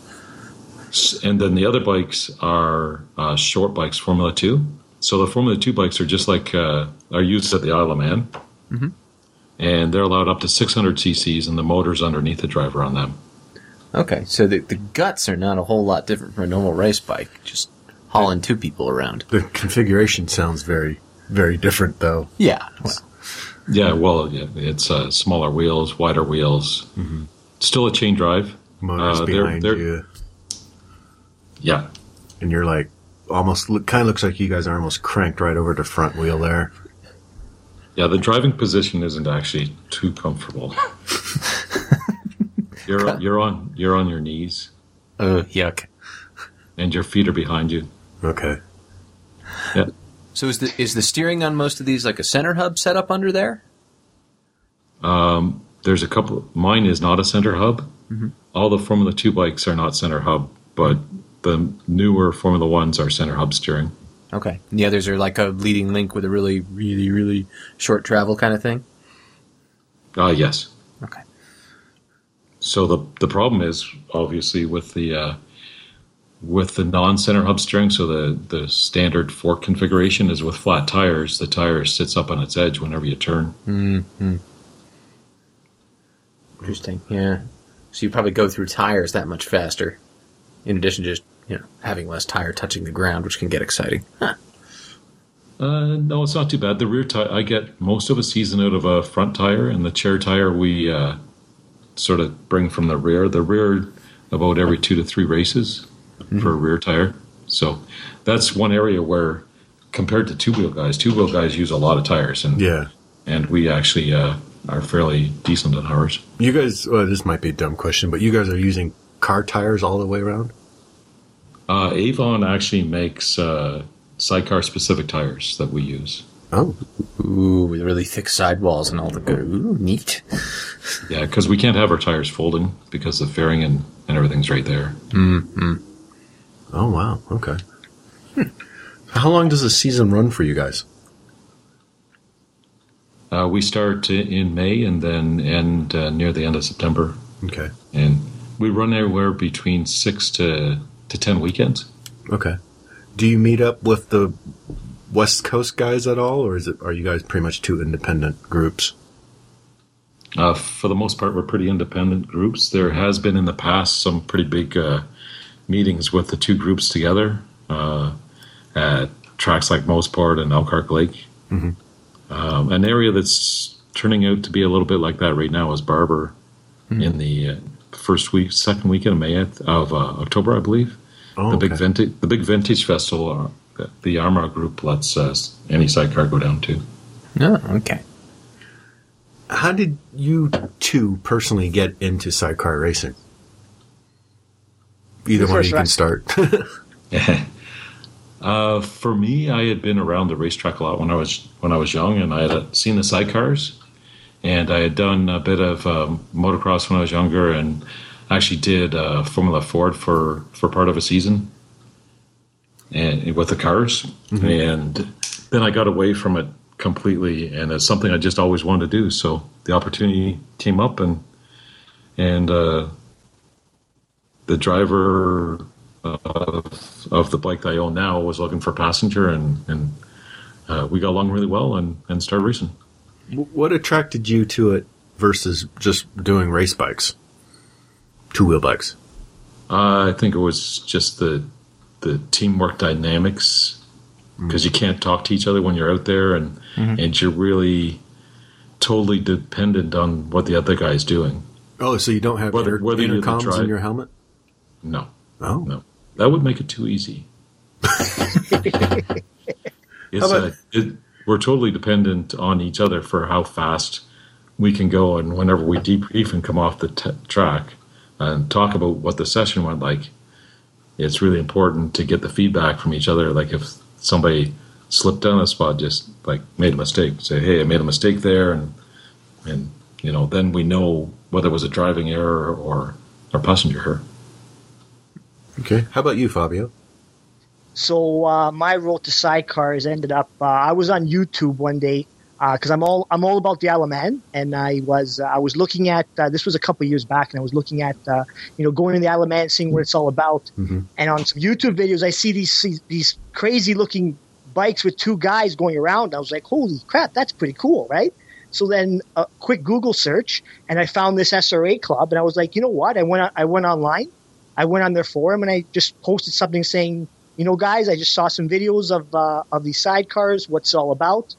and then the other bikes are uh, short bikes, Formula Two. So the Formula Two bikes are just like uh, are used at the Isle of Man, and they're allowed up to 600 cc's, and the motor's underneath the driver on them. Okay, so the the guts are not a whole lot different from a normal race bike, just hauling two people around. The configuration sounds very very different though. Yeah, well, Yeah, well, yeah, it's uh, smaller wheels, wider wheels, still a chain drive. Motors Uh, they're- behind they're- you, Yeah, and you're like almost look, kind of looks like you guys are almost cranked right over the front wheel there. yeah, the driving position isn't actually too comfortable. you're you're on you're on your knees, oh yuck. and your feet are behind you. Okay. So is the is the steering on most of these like a center hub set up under there? Um, there's a couple. Mine is not a center hub. All the Formula Two bikes are not center hub, but the newer Formula Ones are center hub steering. Okay. And the others are like a leading link with a really, really, really short travel kind of thing. Ah, yes. Okay. So the the problem is obviously with the uh, with the non center hub steering. So the the standard fork configuration is with flat tires. The tire sits up on its edge whenever you turn. Interesting. Yeah. So you probably go through tires that much faster, in addition to just you know having less tire touching the ground, which can get exciting. Huh. Uh, no, it's not too bad. The rear tire, I get most of a season out of a front tire, and the chair tire we uh, sort of bring from the rear. The rear about every two to three races for a rear tire. So that's one area where, compared to two wheel guys, two wheel guys use a lot of tires, and Yeah. and we actually uh, are fairly decent on ours. You guys, well, this might be a dumb question, but you guys are using car tires all the way around. Uh, Avon actually makes uh, sidecar specific tires that we use. Oh, Ooh, with really thick sidewalls and all the good. Ooh, neat. Yeah, because we can't have our tires folding because the fairing and, and everything's right there. oh wow, okay. How long does the season run for you guys? Uh, we start i- in May and then end uh, near the end of September, Okay, and we run anywhere between six to to ten weekends. okay. Do you meet up with the West Coast guys at all, or is it are you guys pretty much two independent groups? Uh, for the most part, we're pretty independent groups. There has been in the past some pretty big uh, meetings with the two groups together uh, at tracks like Mosport and Elkhart Lake. Um, an area that's turning out to be a little bit like that right now is Barber in the uh, first week, second weekend of May of uh, October, I believe. Oh, the big okay. vintage, the big vintage festival uh, that the Armour Group lets uh, any sidecar go down to. No. Okay. How did you two personally get into sidecar racing? Either one of first, you can right? start. Uh, for me, I had been around the racetrack a lot when I was when I was young, and I had uh, seen the sidecars, and I had done a bit of um, motocross when I was younger, and actually did uh, Formula Ford for for part of a season, and with the cars, and then I got away from it completely, and it's something I just always wanted to do. So the opportunity came up, and and uh, the driver of, of the bike that I own now was looking for a passenger, and and uh, we got along really well, and and started racing. What attracted you to it versus just doing race bikes, two wheel bikes? Uh, I think it was just the the teamwork dynamics because you can't talk to each other when you're out there, and and you're really totally dependent on what the other guy's doing. Oh, so you don't have Whether- inter- whether you intercoms try- in your helmet? No, Oh, no, that would make it too easy. it's uh, it, we're totally dependent on each other for how fast we can go, and whenever we debrief and come off the t- track and talk about what the session went like, it's really important to get the feedback from each other. Like if somebody slipped on a spot, just like made a mistake, say, "Hey, I made a mistake there," and and you know, then we know whether it was a driving error or or passenger error. okay. How about you, Fabio? So uh, my role to sidecars ended up. Uh, I was on YouTube one day because I'm all I'm all about the Alaman, and I was uh, I was looking at uh, this was a couple years back, and I was looking at uh, you know going to the Alaman, seeing what it's all about, and on some YouTube videos I see these these- these crazy looking bikes with two guys going around. I was like, holy crap, that's pretty cool, right? So then a quick Google search, and I found this SRA club, and I was like, you know what? I went on- I went online. I went on their forum and I just posted something saying, you know, guys, I just saw some videos of uh, of these sidecars, what's it all about.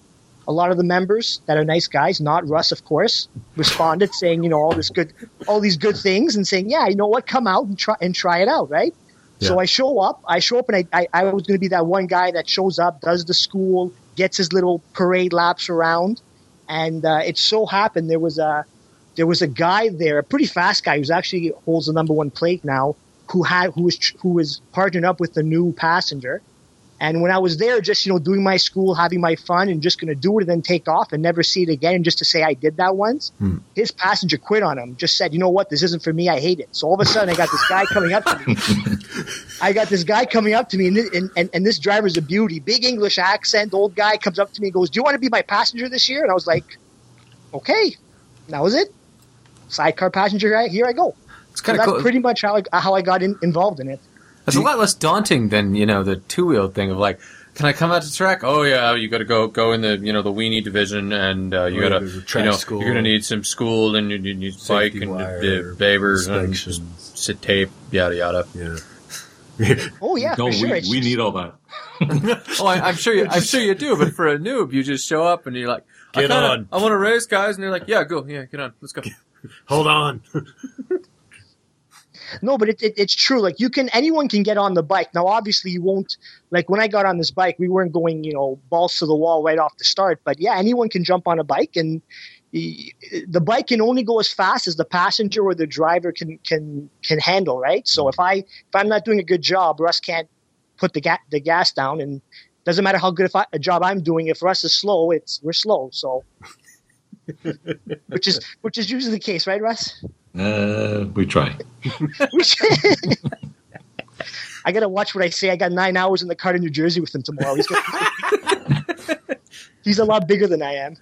A lot of the members that are nice guys, not Russ, of course, responded saying, you know, all this good, all these good things, and saying, yeah, you know what, come out and try and try it out, right? So I show up, I show up, and I, I, I was going to be that one guy that shows up, does the school, gets his little parade laps around, and uh, it so happened there was a there was a guy there, a pretty fast guy who's actually holds the number one plate now, who had who was tr- who was partnered up with the new passenger. And when I was there, just you know, doing my school, having my fun, and just going to do it and then take off and never see it again, and just to say I did that once, his passenger quit on him. Just said, you know what, this isn't for me. I hate it. So all of a sudden, I got this guy coming up to me. I got this guy coming up to me, and, thi- and, and, and this driver's a beauty, big English accent, old guy comes up to me and goes, "Do you want to be my passenger this year?" And I was like, "Okay." And that was it. Sidecar passenger, right? here I go. It's So kind of that's cool. pretty much how I, how I got in, involved in it. It's a lot less daunting than you know the two wheel thing of like, can I come out to track? Oh yeah, you got to go go in the you know the weenie division, and uh, you Oh, yeah, got to there's a you track know school. you're gonna need some school and you you need bike and wire, the babers and inspection. sit tape, yada yada. Yeah. Oh yeah, No, for sure. we, It's we just- need all that. Oh, I, I'm sure you I'm sure you do, but for a noob, you just show up and you're like, I Get kinda- on. I want to race, guys, and they're like, yeah, go, yeah, get on, let's go. Hold on. No, but it, it, it's true. Like you can, anyone can get on the bike. Now, obviously, you won't. Like when I got on this bike, we weren't going, you know, balls to the wall right off the start. But yeah, anyone can jump on a bike, and y- the bike can only go as fast as the passenger or the driver can can can handle. Right. So if I if I'm not doing a good job, Russ can't put the ga- the gas down, and doesn't matter how good if I, a job I'm doing. If Russ is slow, it's we're slow. So. which is which is usually the case, right, Russ? Uh, we try. Which- I gotta watch what I say. I got nine hours in the car to New Jersey with him tomorrow. He's, gonna- he's a lot bigger than I am.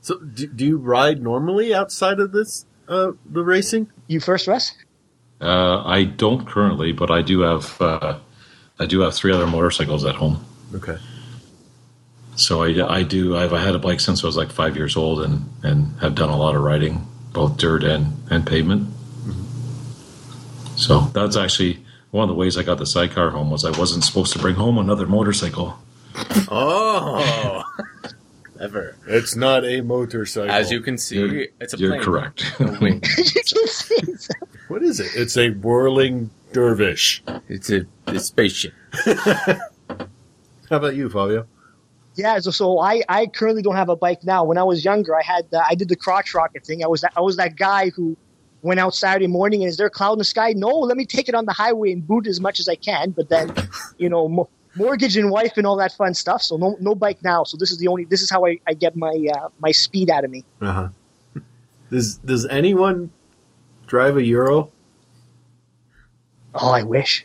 So, do, do you ride normally outside of this, uh, the racing? You first, Russ. Uh, I don't currently, but I do have uh, I do have three other motorcycles at home. Okay. So I, I do I've I had a bike since I was like five years old and and have done a lot of riding, both dirt and and pavement. So that's actually one of the ways I got the sidecar home was I wasn't supposed to bring home another motorcycle. Oh. Ever. It's not a motorcycle. As you can see, You're- it's a You're plane. correct. A wing. You can see. What is it? It's a whirling dervish. It's a, it's spaceship. How about you, Fabio? yeah. So, so I, I currently don't have a bike now. When I was younger, I had uh, I did the crotch rocket thing. I was that, I was that guy who went out Saturday morning and is there a cloud in the sky? No, let me take it on the highway and boot as much as I can. But then, you know, mo- mortgage and wife and all that fun stuff. So no no bike now. So this is the only this is how I, I get my uh, my speed out of me. Uh huh. Does Does anyone drive a Euro? Oh, I wish.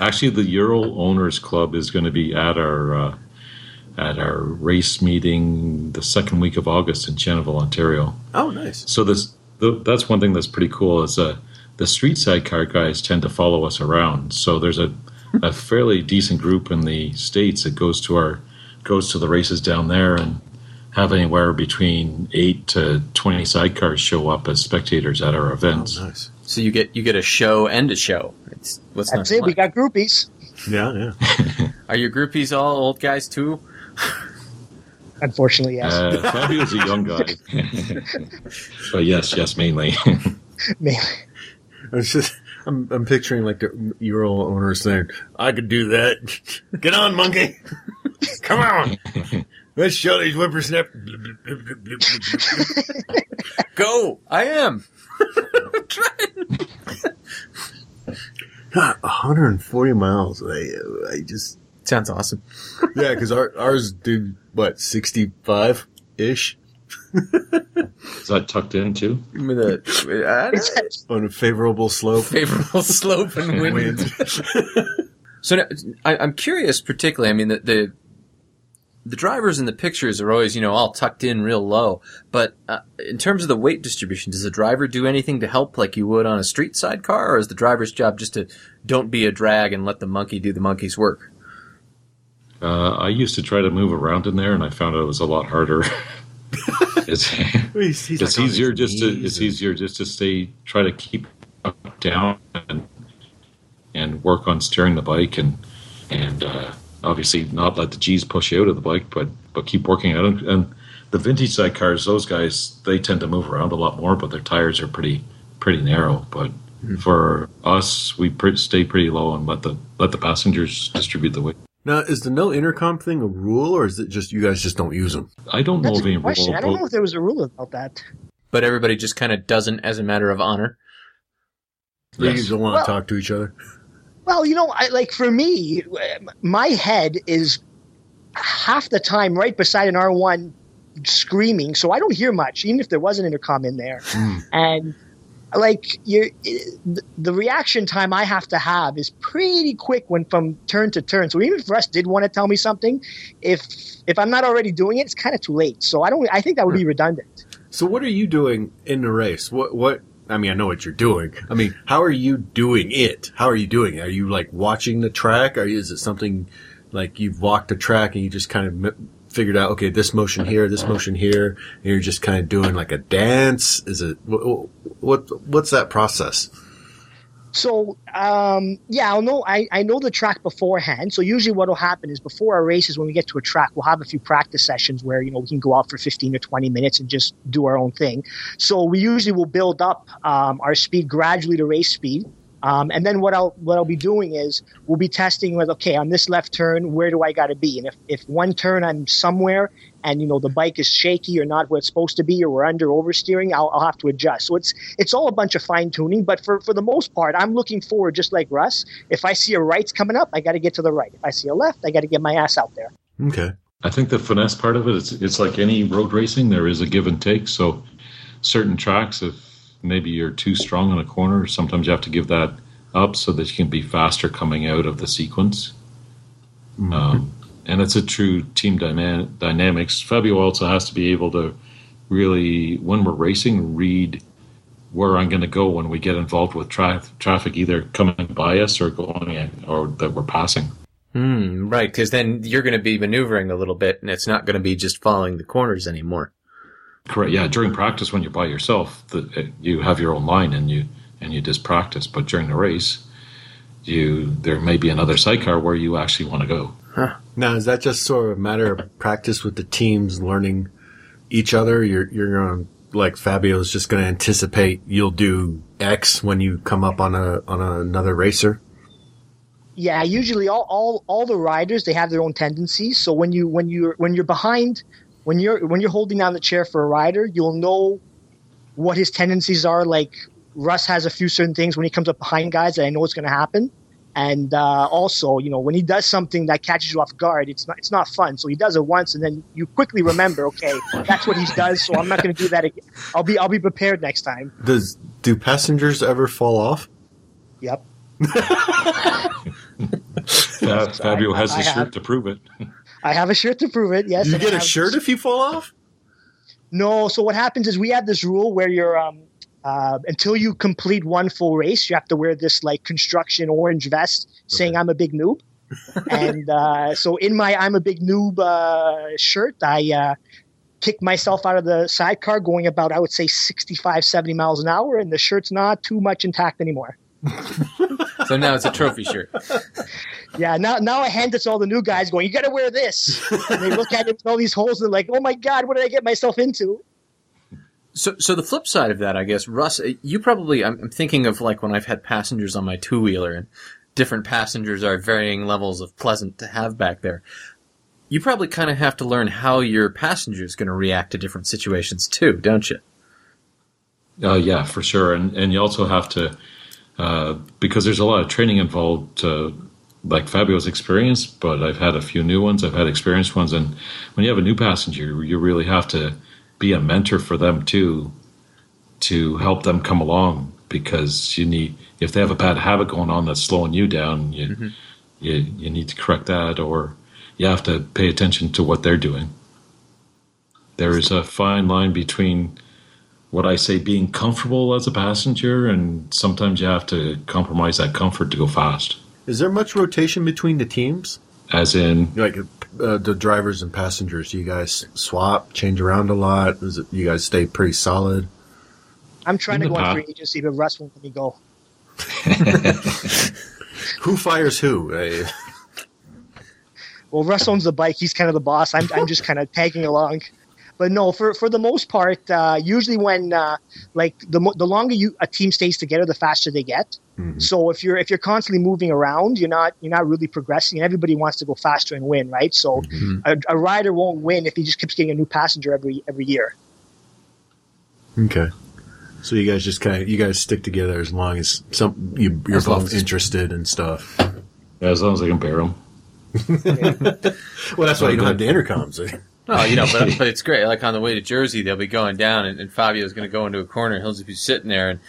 Actually, the Ural Owners Club is going to be at our uh, at our race meeting the second week of August in Cheneville, Ontario. Oh, nice. So this th- that's one thing that's pretty cool is uh, the street sidecar guys tend to follow us around. So there's a a fairly decent group in the states that goes to our goes to the races down there and have anywhere between eight to twenty sidecars show up as spectators at our events. Nice. So you get you get a show and a show. It's what's That's not it. to We like? got groupies. Yeah, yeah. Are your groupies all old guys too? Unfortunately, yes. Uh, Fabio's a young guy. but yes, yes, mainly. Mainly. I was just, I'm, I'm picturing like the Ural owners saying, "I could do that. Get on, monkey. Come on. Let's show these whippersnappers." Go! I am. 140 miles. I, I just Sounds awesome. yeah, because our, ours do what 65 ish Is that tucked in too? With a I don't know, on a favorable slope. favorable slope and wind. Wind. So now, I, I'm curious, particularly. I mean, the, the the drivers in the pictures are always, you know, all tucked in real low. But uh, in terms of the weight distribution, does the driver do anything to help, like you would on a street side car, or is the driver's job just to don't be a drag and let the monkey do the monkey's work? Uh, I used to try to move around in there, and I found it was a lot harder. it's He's- he's it's like on his easier just to knees it's and- easier just to stay try to keep up, down and and work on steering the bike and and uh, obviously not let the G's push you out of the bike, but but keep working at it. And the vintage side cars, those guys they tend to move around a lot more, but their tires are pretty pretty narrow. But Hmm. for us, we pre- stay pretty low and let the let the passengers distribute the weight. Now, is the no intercom thing a rule, or is it just you guys just don't use them? I don't know That's of a any good rule. question. I don't about- know if there was a rule about that. But everybody just kind of doesn't, as a matter of honor. They Yes. just don't want to Well- talk to each other. Well, you know, I, like for me, my head is half the time right beside an R1 screaming, so I don't hear much, even if there was an intercom in there. And like you, the reaction time I have to have is pretty quick when from turn to turn. So even if Russ did want to tell me something, if if I'm not already doing it, it's kind of too late. So I don't. I think that would be redundant. So, what are you doing in the race? What what? I mean, I know what you're doing. I mean, how are you doing it? How are you doing? it? Are you like watching the track? Are you, is it something like you've walked the track and you just kind of m- figured out? Okay, this motion here, this motion here, and you're just kind of doing like a dance. Is it what? what what's that process? So um, yeah, I'll know. I, I know the track beforehand. So usually, what will happen is before our races, when we get to a track, we'll have a few practice sessions where you know we can go out for fifteen or twenty minutes and just do our own thing. So we usually will build up um, our speed gradually to race speed. Um, and then what I'll what I'll be doing is we'll be testing with okay on this left turn where do I got to be and if if one turn I'm somewhere and you know the bike is shaky or not where it's supposed to be or we're under oversteering I'll, I'll have to adjust so it's it's all a bunch of fine tuning but for for the most part I'm looking forward just like Russ if I see a right's coming up I got to get to the right if I see a left I got to get my ass out there Okay, I think the finesse part of it is it's like any road racing, there is a give and take. So certain tracks, if maybe you're too strong in a corner, sometimes you have to give that up so that you can be faster coming out of the sequence. Um, and it's a true team dyna- dynamics. Fabio also has to be able to really, when we're racing, read where I'm going to go when we get involved with tra- traffic, either coming by us or going in, or that we're passing. Hmm, right, because then you're going to be maneuvering a little bit, and it's not going to be just following the corners anymore. Correct. Yeah, during practice when you're by yourself, the, uh, you have your own line and you and you just practice. But during the race, you there may be another sidecar where you actually want to go. now is that just sort of a matter of practice with the teams learning each other? You're you're going like Fabio's just going to anticipate you'll do X when you come up on a on another racer. Yeah, usually all, all all the riders they have their own tendencies. So when you when you when you're behind, when you're when you're holding down the chair for a rider, you'll know what his tendencies are. Like Russ has a few certain things when he comes up behind guys that I know it's going to happen. And uh, also, you know, when he does something that catches you off guard, it's not it's not fun. So he does it once, and then you quickly remember, okay, that's what he does. So I'm not going to do that again. I'll be I'll be prepared next time. Does do passengers ever fall off? Yep. Fab, Fabio has I his have. shirt to prove it. I have a shirt to prove it. Yes, You and I get a have- shirt if you fall off. No. So what happens is we have this rule where you're um, uh, until you complete one full race, you have to wear this like construction orange vest saying I'm a big noob. and uh, so in my I'm a big noob uh, shirt, I uh, kicked myself out of the sidecar going about, I would say 65, 70 miles an hour. And the shirt's not too much intact anymore. So now it's a trophy shirt. Yeah, now now I hand it to all the new guys going, you got to wear this. and they look at it, all these holes, and they're like, oh my God, what did I get myself into? So, so the flip side of that, I guess, Russ, you probably, I'm, I'm thinking of like when I've had passengers on my two wheeler and different passengers are varying levels of pleasant to have back there. You probably kind of have to learn how your passenger is going to react to different situations too, don't you? Uh, yeah, for sure, and and you also have to uh, because there's a lot of training involved. Uh, like Fabio's experience, but I've had a few new ones. I've had experienced ones, and when you have a new passenger, you really have to be a mentor for them too, to help them come along. Because you need, if they have a bad habit going on that's slowing you down, you you, you need to correct that, or you have to pay attention to what they're doing. There is a fine line between what I say being comfortable as a passenger, and sometimes you have to compromise that comfort to go fast. Is there much rotation between the teams? As in, Like uh, the drivers and passengers, you guys swap, change around a lot. Is it, you guys stay pretty solid? I'm trying to In go the on past- free agency, but Russ won't let me go. Who fires who? Eh, Well, Russ owns the bike. He's kind of the boss. I'm, I'm just kind of tagging along. But no, for, for the most part, uh, usually when uh, like the mo- the longer you a team stays together, the faster they get. So if you're if you're constantly moving around, you're not you're not really progressing. And everybody wants to go faster and win, right? So a, a rider won't win if he just keeps getting a new passenger every every year. Okay. So you guys just kind of you guys stick together as long as some you, you're As long both as- interested and stuff. as long as I can bear them. Well, that's why you don't have the intercoms. eh? Oh, you know, but, but it's great. Like on the way to Jersey, they'll be going down, and, and Fabio's going to go into a corner, and he'll just be sitting there, and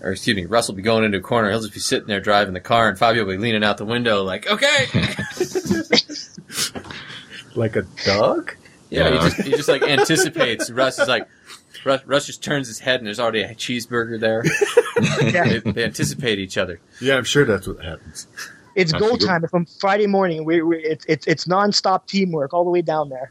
or excuse me, Russell will be going into a corner, he'll just be sitting there driving the car, and Fabio will be leaning out the window, like, okay, like a dog. yeah, Yeah. He, just, he just like anticipates. Russ is like, Russ, Russ just turns his head, and there's already a cheeseburger there. Yeah, They, they anticipate each other. Yeah, I'm sure that's what happens. it's That's go good. time. If I'm Friday morning, we, we it's it's it's nonstop teamwork all the way down there.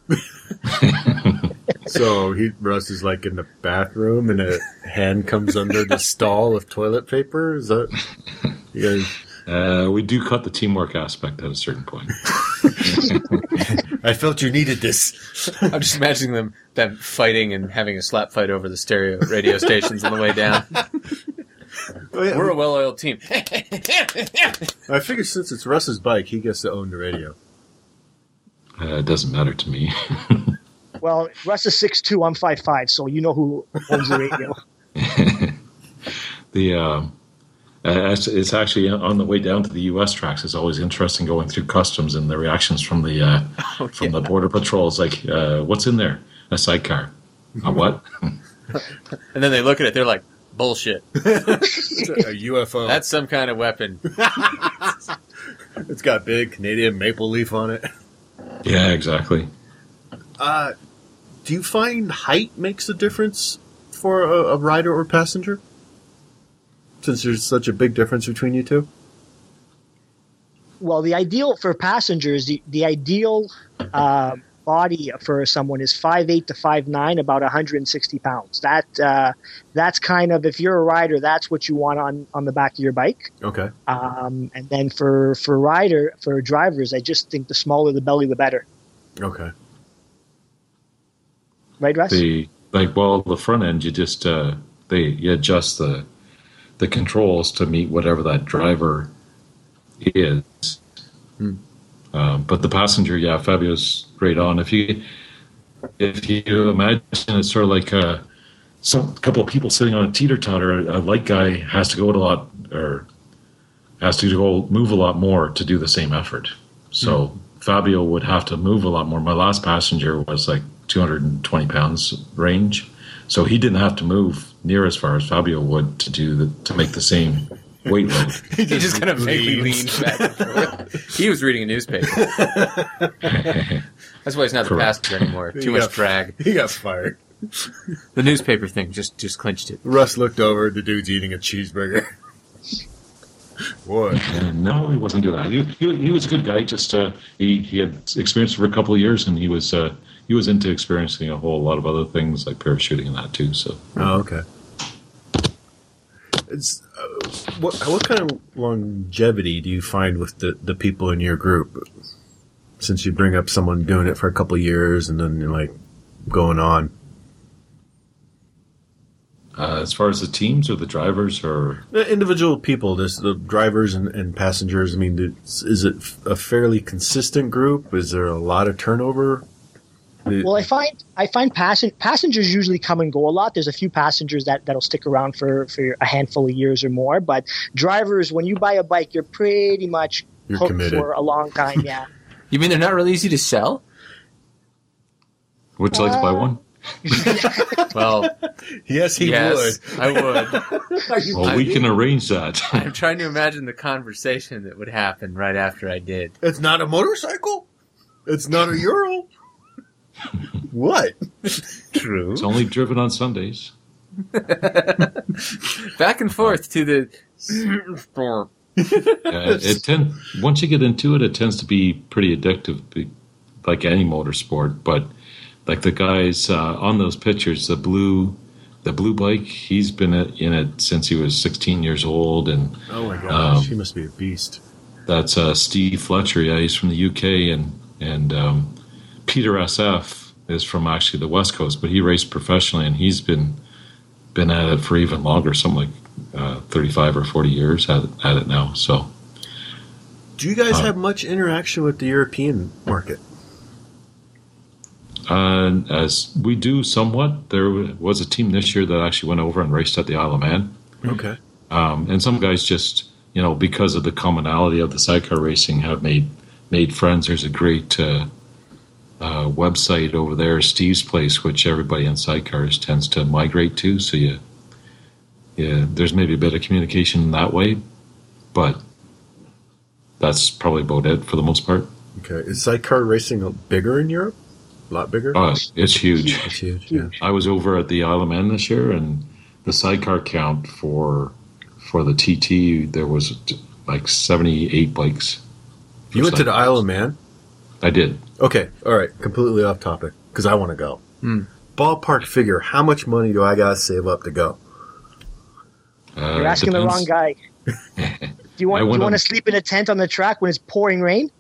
So he Russ is like in the bathroom, and a hand comes under the stall of toilet paper. Is that you guys? Uh, we do cut the teamwork aspect at a certain point. I felt you needed this. I'm just imagining them them fighting and having a slap fight over the stereo radio stations on the way down. We're a well-oiled team. I figure since it's Russ's bike, he gets to own the radio. Uh, it doesn't matter to me. Well, Russ is six two. I'm five five. So you know who owns the radio. the uh, uh, it's it's actually on the way down to the U.S. tracks. It's always interesting going through customs and the reactions from the uh, from the border patrols. Like, uh, what's in there? A sidecar. A what? And then they look at it, they're like, bullshit. It's a, a UFO. That's some kind of weapon. it's got big Canadian maple leaf on it. yeah, exactly. Do you find height makes a difference for a, a rider or passenger? Since there's such a big difference between you two, well, the ideal for passengers, the, the ideal uh, body for someone is 5'8 to 5'9, about 160 pounds. That uh, That's kind of, if you're a rider, that's what you want on, on the back of your bike. okay. Um, and then for, for rider, for drivers, I just think the smaller the belly, the better. Okay. Right, Russ? The like, well, the front end you just uh, they you adjust the the controls to meet whatever that driver is. Um, but the passenger, yeah, Fabio's right on. If you if you imagine it's sort of like uh, a some couple of people sitting on a teeter totter, a light guy has to go at a lot or has to go move a lot more to do the same effort. So Fabio would have to move a lot more. My last passenger was like 220 pounds range, so he didn't have to move near as far as Fabio would to do the, to make the same weight load. He just kind of vaguely leaned back and forth. He was reading a newspaper. That's why he's not the Correct. passenger anymore. Too much drag. He got fired. The newspaper thing just just clinched it. Russ looked over. The dude's eating a cheeseburger. Boy, Yeah, no, he wasn't doing that. He, he, he was a good guy. Just uh, he he had experience for a couple of years, and he was uh, he was into experiencing a whole lot of other things like parachuting and that too. So Oh, okay. It's, uh, what what kind of longevity do you find with the, the people in your group? Since you bring up someone doing it for a couple of years and then you're like going on. uh, as far as the teams or the drivers or The individual people, there's the drivers and, and passengers. I mean, it's- is it a fairly consistent group? Is there a lot of turnover? The- Well, I find I find passen- passengers usually come and go a lot. There's a few passengers that that'll stick around for for a handful of years or more. But drivers, when you buy a bike, you're pretty much You're hooked committed. for a long time. Yeah. You mean they're not really easy to sell? would you like to buy one? Well, Yes, he yes, I would. Well, we can arrange that. I'm trying to imagine the conversation that would happen right after I did. It's not a motorcycle. It's not a Ural. what? True. it's only driven on Sundays. Back and forth to the. Yeah, it, it tend once you get into it, it tends to be pretty addictive, be- like any motorsport. But like the guys uh, on those pictures, the blue, the blue bike, he's been i- in it since he was 16 years old, and oh my gosh, Um, he must be a beast. that's uh, Steve Fletcher. Yeah, he's from the UK, and and um, Peter SF is from actually the West Coast, but he raced professionally, and he's been been at it for even longer, something like uh, 35 or 40 years at, at it now. So. Do you guys Uh, have much interaction with the European market? Uh, as we do somewhat, there was a team this year that actually went over and raced at the Isle of Man. Okay. Um, and some guys just, you know, because of the commonality of the sidecar racing, have made made friends. There's a great uh, uh, website over there, Steve's Place, which everybody in sidecars tends to migrate to. So you, yeah, there's maybe a bit of communication that way, but that's probably about it for the most part. Okay. Is sidecar racing bigger in Europe? A lot bigger? Uh, it's huge. It's huge, yeah. I was over at the Isle of Man this year, and the sidecar count for for the TT there was like seventy eight bikes. You went to the Isle of Man? I did. Okay, all right, completely off topic because I want to go. Hmm. Ballpark figure: How much money do I gotta save up to go? Uh, You're asking the depends- wrong guy. Do you I want do went you want on- to sleep in a tent on the track when it's pouring rain?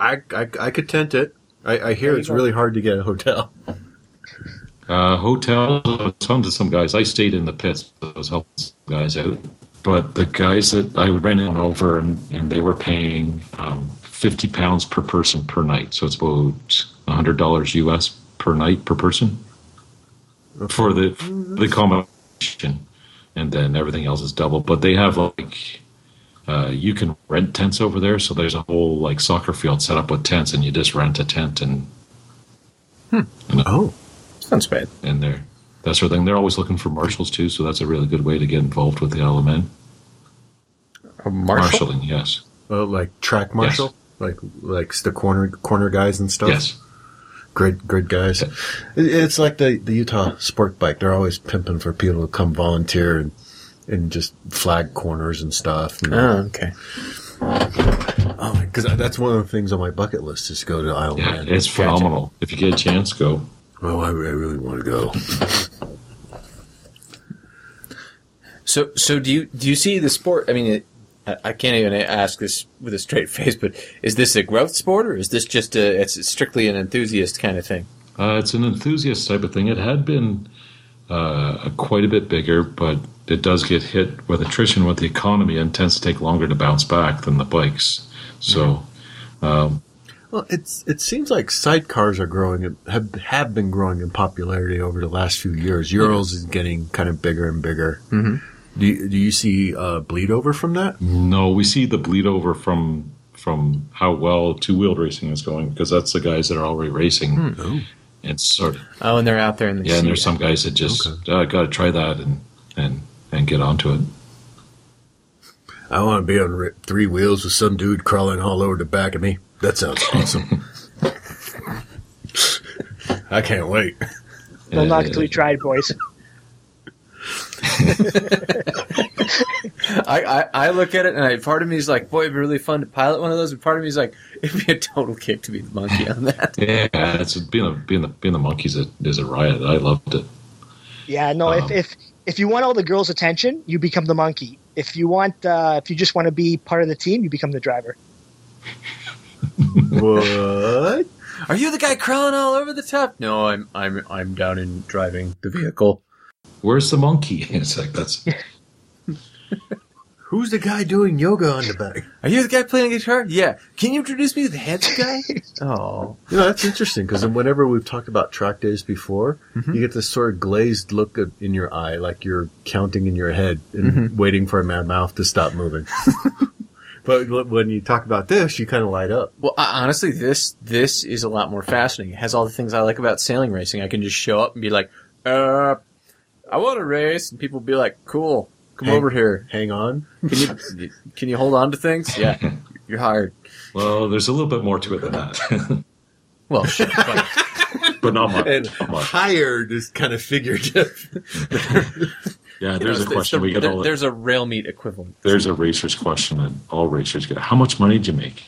I I, I could tent it. I, I hear you it's go. really hard to get a hotel. Uh, hotel, I was talking to some guys. I stayed in the pits. I was helping some guys out. But the guys that I ran on over, and, and they were paying um, 50 pounds per person per night. So it's about $100 US per night per person for the, the combination. And then everything else is double. But they have like, uh, you can rent tents over there. So there's a whole like soccer field set up with tents, and you just rent a tent and Oh, Sounds bad. and they're that sort of thing. They're always looking for marshals too, so that's a really good way to get involved with the LMN. A marshal. Marshaling, yes, well, Uh, like track marshal, like like the corner corner guys and stuff. yes, grid grid guys. It- It's like the the Utah sport bike. They're always pimping for people to come volunteer and and just flag corners and stuff. And, okay. oh, because that's one of the things on my bucket list is to go to the Isle of yeah, Man. it's phenomenal. If you get a chance, go. Oh, I, I really want to go. So, so do you do you see the sport? I mean, it, I I can't even ask this with a straight face, but is this a growth sport or is this just a? It's strictly an enthusiast kind of thing. Uh, it's an enthusiast type of thing. It had been uh, quite a bit bigger, but it does get hit with attrition with the economy and tends to take longer to bounce back than the bikes. So, um, Well, it's it seems like sidecars are growing in- have have been growing in popularity over the last few years. Urals is getting kind of bigger and bigger. Mhm. Do you, do you see uh, bleed over from that? No, we see the bleed over from from how well two wheeled racing is going because that's the guys that are already racing. And sort of Oh, and they're out there in the yeah, and there's sea. some guys that just uh, got to try that and and and get onto it. I want to be on ri- three wheels with some dude crawling all over the back of me. That sounds awesome. I can't wait. No, Yeah, not yeah, until we tried, boys. I, I, I look at it and I, part of me is like, boy, it'd be really fun to pilot one of those. And part of me is like, it'd be a total kick to be the monkey on that. Yeah, it's being a, being the being the monkeys is a, is a riot. I loved it. Yeah, no. if, Um, if if you want all the girls' attention, you become the monkey. If you want, uh, if you just want to be part of the team, you become the driver. What? Are you the guy crawling all over the top? No, I'm I'm I'm down in driving the vehicle. Where's the monkey? It's like that's Who's the guy doing yoga on the back? Are you the guy playing guitar? Yeah. Can you introduce me to the heads guy? oh, You know, that's interesting because whenever we've talked about track days before, you get this sort of glazed look of- in your eye, like you're counting in your head and waiting for my mouth to stop moving. but l- when you talk about this, you kind of light up. well, I, honestly, this this is a lot more fascinating. It has all the things I like about sailing racing. I can just show up and be like, uh, I want to race, and people be like, cool, come Hey. over here. Hang on. Can you can you hold on to things? Yeah, you're hired. well, there's a little bit more to it than that, Well, sure, but- but not much. And not much. hired is kind of figurative. Yeah, you there's know, a it's- question it's we the- get there- all. the There's a rail meet equivalent. there's a racer's question that all racers get. How much money do you make?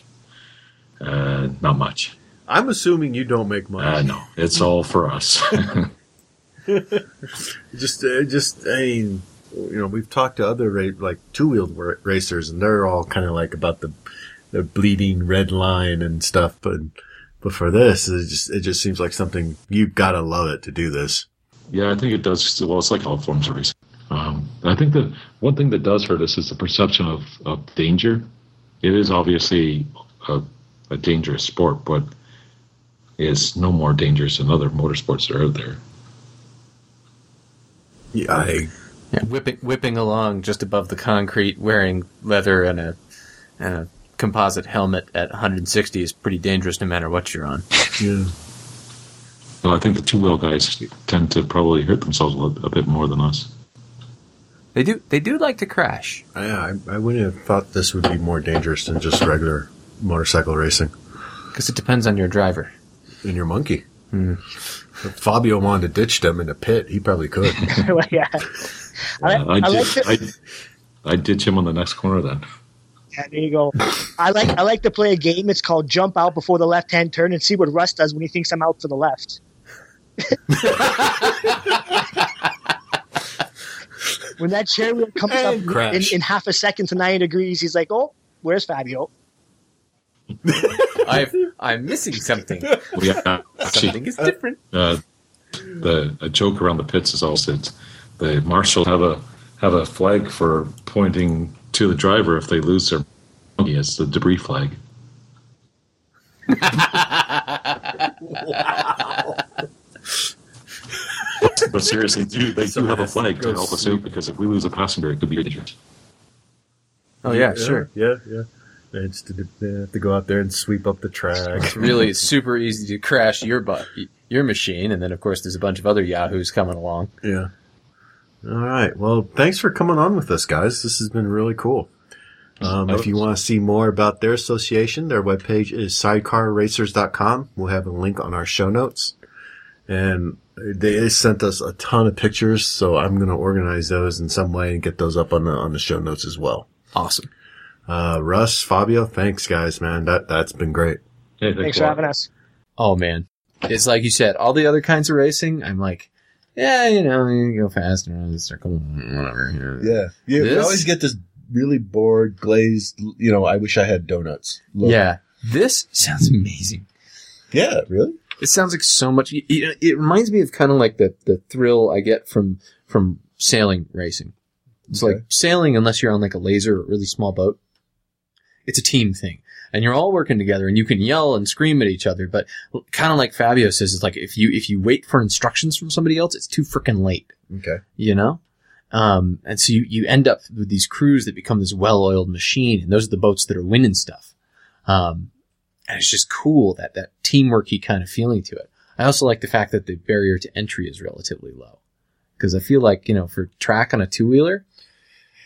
Uh, not much. I'm assuming you don't make Uh, money. no, it's all for us. Just, uh, just I mean, you know, we've talked to other ra- like two wheeled ra- racers, and they're all kind of like about the the bleeding red line and stuff. But but for this, it just it just seems like something you gotta love it to do this. Yeah, I think it does. Well, it's like all forms of racing. Um, and I think that one thing that does hurt us is the perception of, of danger. It is obviously a, a dangerous sport, but it's no more dangerous than other motorsports that are out there. Yeah, I, Yeah, whipping whipping along just above the concrete, wearing leather and a and a composite helmet at 160 is pretty dangerous, no matter what you're on. yeah. Well, I think the two wheel guys tend to probably hurt themselves a, little- a bit more than us. They do they do like to crash. I, I I wouldn't have thought this would be more dangerous than just regular motorcycle racing Because it depends on your driver. and your monkey. If Fabio wanted to ditch them in a pit, he probably could. Well, yeah. I, Uh, I, I, like ditch, to, I, I ditch him on the next corner then. yeah, there you go. I like I like to play a game. It's called jump out before the left hand turn and see what Russ does when he thinks I'm out for the left. when that chair wheel comes up in, crash. in half a second to nine degrees, he's like, "Oh, where's Fabio?" I've, I'm missing something. We uh, actually Something is different. uh, the a joke around the pits is also it's the marshals have a have a flag for pointing to the driver if they lose their monkey. It's the debris flag. But seriously, do they do have a flag to help us out because if we lose a passenger, it could be dangerous. Oh yeah, sure. Yeah, yeah. They just they have to go out there and sweep up the track. It's really super easy to crash your bu- your machine, and then of course there's a bunch of other yahoos coming along. yeah. All right. Well, thanks for coming on with us, guys. This has been really cool. Um, if you want to see more about their association, their webpage is sidecarracers.com. We'll have a link on our show notes. And they sent us a ton of pictures, so I'm going to organize those in some way and get those up on the, on the show notes as well. Awesome. Uh, Russ, Fabio, thanks, guys, man. That, that's been great. Hey, Thanks for having us. Oh man, it's like you said. All the other kinds of racing, I'm like, yeah, you know, you can go fast and around the circle, whatever. you know. Yeah. You, you This- always get this really bored, glazed, you know, I wish I had donuts. look. Yeah, this sounds Hmm. amazing. Yeah, really? It sounds like so much. y- y- It reminds me of kind of like the the thrill I get from from sailing racing. It's Okay. like sailing, unless you're on like a laser or really small boat. It's a team thing, and you're all working together, and you can yell and scream at each other. But kind of like Fabio says, it's like if you if you wait for instructions from somebody else, it's too freaking late. Okay. you know Um, and so you, you end up with these crews that become this well-oiled machine, and those are the boats that are winning stuff. Um, and it's just cool that that teamworky kind of feeling to it. I also like the fact that the barrier to entry is relatively low, because I feel like you know for track on a two-wheeler,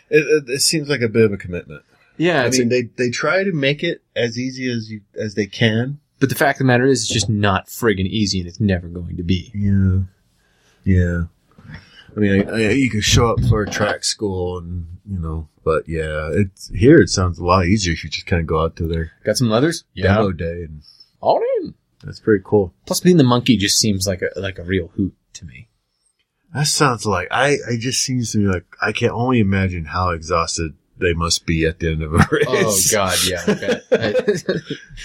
It, it, it seems like a bit of a commitment. yeah, I it's mean, they they try to make it as easy as you as they can. But the fact of the matter is, it's just not friggin' easy, and it's never going to be. Yeah, yeah. I mean, I, I, you can show up for a track school, and you know, but yeah, it's here. It sounds a lot easier if you just kind of go out to their Got some leathers? demo day, and all in. that's pretty cool. Plus, being the monkey just seems like a like a real hoot to me. That sounds like I. I just seems to me like I can only imagine how exhausted they must be at the end of a race. Oh, God, yeah. Okay.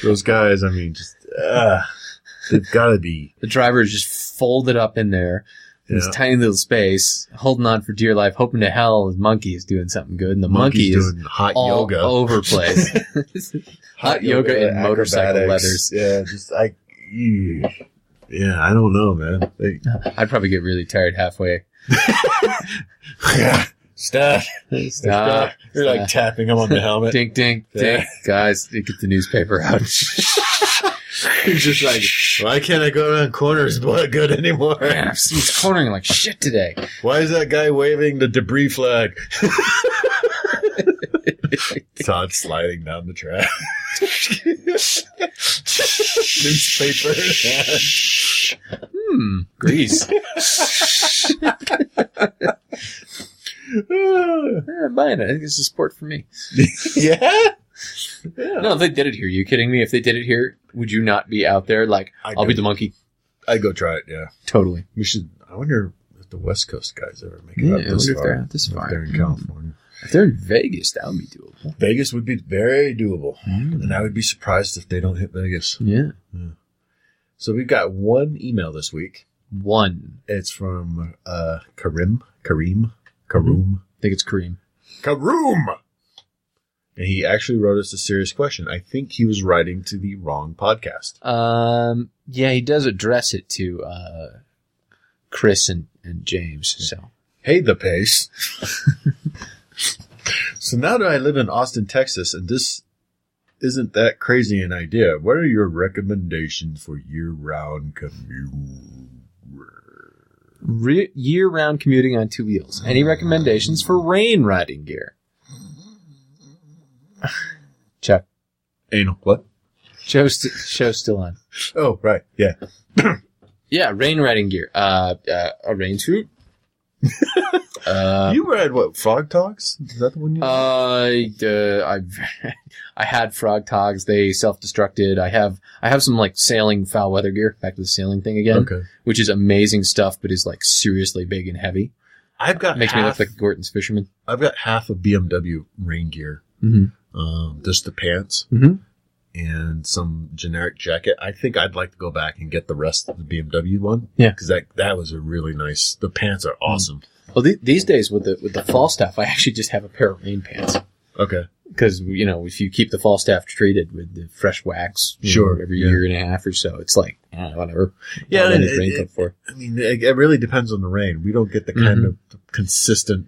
Those guys, I mean, just uh, they've got to be. the driver is just folded up in there in Yeah. this tiny little space, holding on for dear life, hoping to hell the monkey is doing something good, and the monkey is doing hot all yoga. over place. Hot yoga and motorcycle acrobatics. Yeah, just I. ew. Yeah, I don't know, man. They, I'd probably get really tired halfway. Stop. Stop. You're like tapping him on the helmet. Ah, Dink, dink, dink. Guys, get the newspaper out. You're just like, why can't I go around corners blood good anymore? Man, I've seen it's cornering like shit today. Why is that guy waving the debris flag? Todd sliding down the track. Newspaper. Hmm, Greece. Yeah, I'm buying it. Eh, I think it's a sport for me. yeah. No, if they did it here, you kidding me? If they did it here, would you not be out there like I I'll be don't- the monkey? I'd go try it. Yeah. Totally. We should. I wonder if the West Coast guys ever make it Yeah, up I this wonder if far. they're out this If far. Hmm. they're in California. If they're in Vegas, that would be doable. Vegas would be very doable, Hmm. and I would be surprised if they don't hit Vegas. Yeah. So we've got one email this week. One. It's from uh, Karim, Karim, Karoom, I think it's Kareem. Karoom, and he actually wrote us a serious question. I think he was writing to the wrong podcast. Um yeah, he does address it to uh Chris and, and James. So Hey, the pace. so now that I live in Austin, Texas, and this isn't that crazy an idea, what are your recommendations for year-round commute? Re- year round commuting on two wheels. Any recommendations for rain riding gear? Chuck. Anal. What? Show's, st- show's still on. Oh, right. Yeah. Yeah, rain riding gear. Uh, uh a rain suit. uh, you read what? Frog Talks? Is that the one you uh, uh, I, I had frog togs. They self-destructed. I have, I have some like sailing foul weather gear. Back to the sailing thing again, Okay. which is amazing stuff, but is like seriously big and heavy. I've got Makes half, me look like Gorton's fisherman. I've got half of BMW rain gear. Mhm. Um, just the pants Mhm. and some generic jacket. I think I'd like to go back and get the rest of the BMW one. Yeah. Because that that was a really nice. The pants are awesome. Well, th- these days with the with the fall stuff, I actually just have a pair of rain pants Okay. because you know if you keep the fall staff treated with the fresh wax, you know, Sure, every yeah. year and a half or so, it's like eh, whatever. Yeah, I'll let and it it- rain it- come for. I mean, it, it really depends on the rain. We don't get the kind of consistent.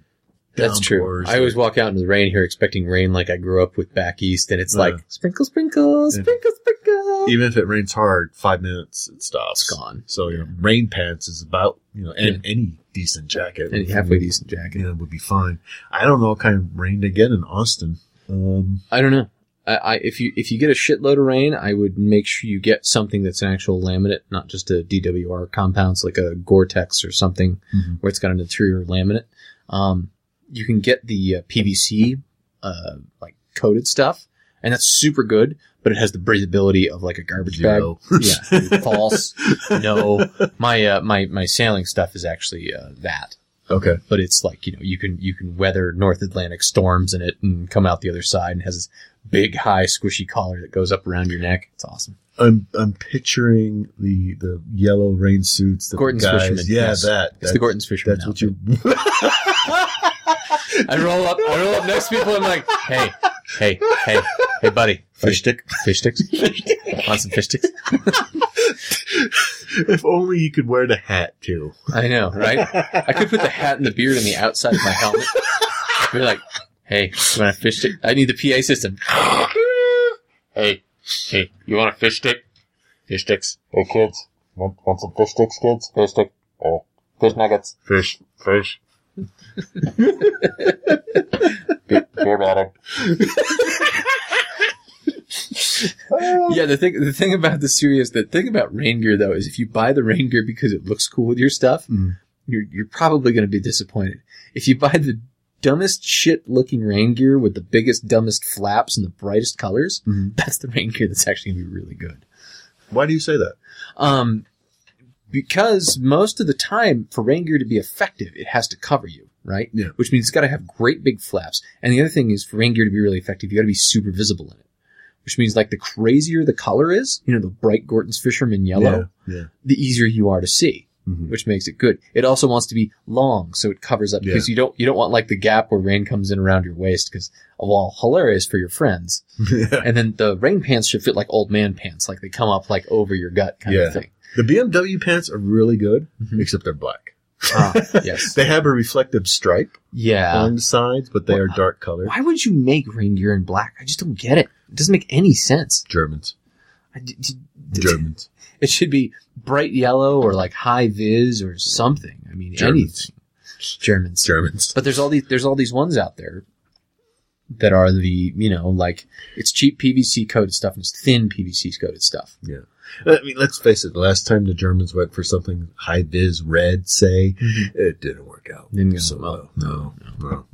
That's true. downpours I always walk out into the rain here expecting rain like I grew up with back east, and it's Yeah. like sprinkle, sprinkle, Yeah. sprinkle, sprinkle. Even if it rains hard, five minutes it stops. It's gone. So you know, rain pants is about you know, and any decent jacket, And halfway decent jacket. yeah, would be fine. I don't know what kind of rain they get in Austin. Um, I don't know. I, I if you if you get a shitload of rain, I would make sure you get something that's an actual laminate, not just a DWR compounds like a Gore-Tex or something Mhm. where it's got an interior laminate. Um, you can get the uh, PVC uh, like coated stuff, and that's super good, but it has the breathability of like a garbage bag. zero. yeah, false. No, my uh, my my sailing stuff is actually uh, that, Okay. but it's like you know you can you can weather North Atlantic storms in it and come out the other side and has this big high squishy collar that goes up around your neck. It's awesome. I'm I'm picturing the the yellow rain suits. That Gordon's guys, fisherman. Yeah, yes. that. It's that- the Gordon's fisherman. That's what you. outfit. I roll up. I roll up next to people. I'm like, hey, hey, hey, hey, buddy, fish stick, fish sticks, want some fish sticks? If only you could wear the hat too. I know, right? I could put the hat and the beard on the outside of my helmet. Be like, hey, you want a fish stick? I need the PA system. hey, hey, you want a fish stick? Fish sticks. Hey kids, want, want some fish sticks, kids? Fish stick. Oh, fish nuggets. Fish, fish. Beer, beer batter. Yeah, the thing the thing about the series, the thing about rain gear though, is if you buy the rain gear because it looks cool with your stuff, Mm. you're you're probably going to be disappointed. If you buy the dumbest shit looking rain gear with the biggest dumbest flaps and the brightest colors, Mhm. that's the rain gear that's actually going to be really good. Why do you say that? Um, because most of the time, for rain gear to be effective, it has to cover you, right? Yeah. Which means it's got to have great big flaps. And the other thing is, for rain gear to be really effective, you got to be super visible in it. Which means, like, the crazier the color is, you know, the bright Gorton's Fisherman yellow, Yeah, yeah. the easier you are to see. Mhm. Which makes it good. It also wants to be long, so it covers up Yeah. because you don't you don't want like the gap where rain comes in around your waist because well hilarious for your friends. And then the rain pants should fit like old man pants, like they come up like over your gut kind Yeah. of thing. The BMW pants are really good, Mhm. except they're black. Ah, yes. Ah. They have a reflective stripe Yeah. on the sides, but they are dark colored. Why would you make reindeer in black? I just don't get it. It doesn't make any sense. Germans. I d- d- d- Germans. It should be bright yellow or like high viz or something. I mean, Germans. anything. Germans. Germans. But there's all these there's all these ones out there that are the you know like it's cheap PVC coated stuff and it's thin PVC coated stuff. I mean, let's face it. The last time the Germans went for something high vis red, say, it didn't work out. Mm-hmm. Didn't go so well. No, no.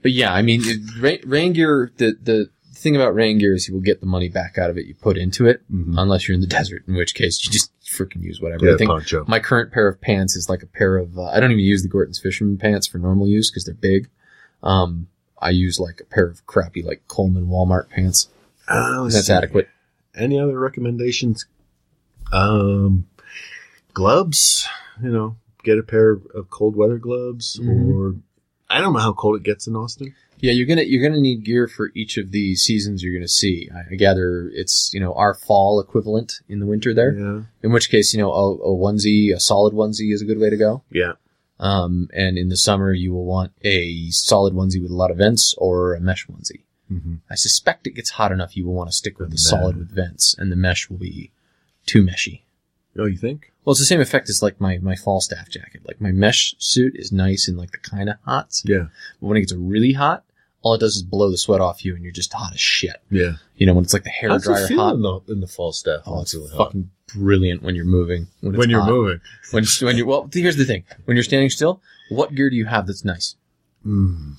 But yeah, I mean, it, rain, rain gear. The the thing about rain gear is you will get the money back out of it you put into it, Mhm. unless you're in the desert, in which case you just freaking use whatever. Yeah, I think poncho. my current pair of pants is like a pair of uh, I don't even use the Gorton's fisherman pants for normal use because they're big. Um, I use like a pair of crappy like Coleman Walmart pants. Oh, That's see. adequate. Any other recommendations? Um, gloves. You know, get a pair of cold weather gloves, Mhm. or I don't know how cold it gets in Austin. Yeah, you're gonna you're gonna need gear for each of the seasons you're gonna see. I, I gather it's you know our fall equivalent in the winter there. Yeah, In which case, you know, a, a onesie, a solid onesie is a good way to go. yeah. Um, and in the summer, you will want a solid onesie with a lot of vents or a mesh onesie. Mm-hmm. I suspect it gets hot enough you will want to stick with the And solid then- with vents, and the mesh will be too meshy. Oh, you think? Well, it's the same effect as like my, my Falstaff jacket. Like my mesh suit is nice in like the kind of hots, Yeah, but when it gets really hot, all it does is blow the sweat off you, and you're just hot as shit. yeah. You know, when it's like the hair How's it dryer feel hot. in the, in the fall staff? Oh, it's really hot. fucking brilliant when you're moving. When, it's when you're hot. moving. When, when you well, here's the thing: when you're standing still, what gear do you have that's nice? Mm.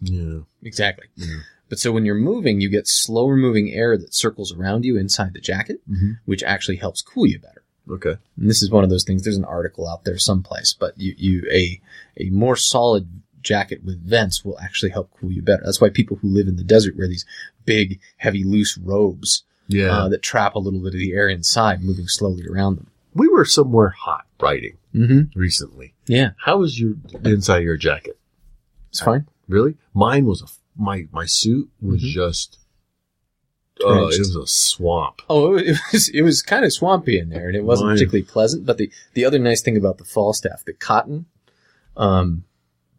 Yeah. Exactly. Yeah. But so when you're moving, you get slower moving air that circles around you inside the jacket, Mhm. which actually helps cool you better. Okay. And this is one of those things. There's an article out there someplace, but you, you a a more solid jacket with vents will actually help cool you better. That's why people who live in the desert wear these big, heavy, loose robes Yeah. uh, that trap a little bit of the air inside, moving slowly around them. we were somewhere hot writing Mm-hmm. recently. Yeah, How was your the inside of your jacket? it's fine. Really? Mine was a my my suit was Mhm. just oh, Drenched. it was a swamp. Oh, it was it was kind of swampy in there, and it wasn't Mine- particularly pleasant. But the the other nice thing about the Falstaff, the cotton, um,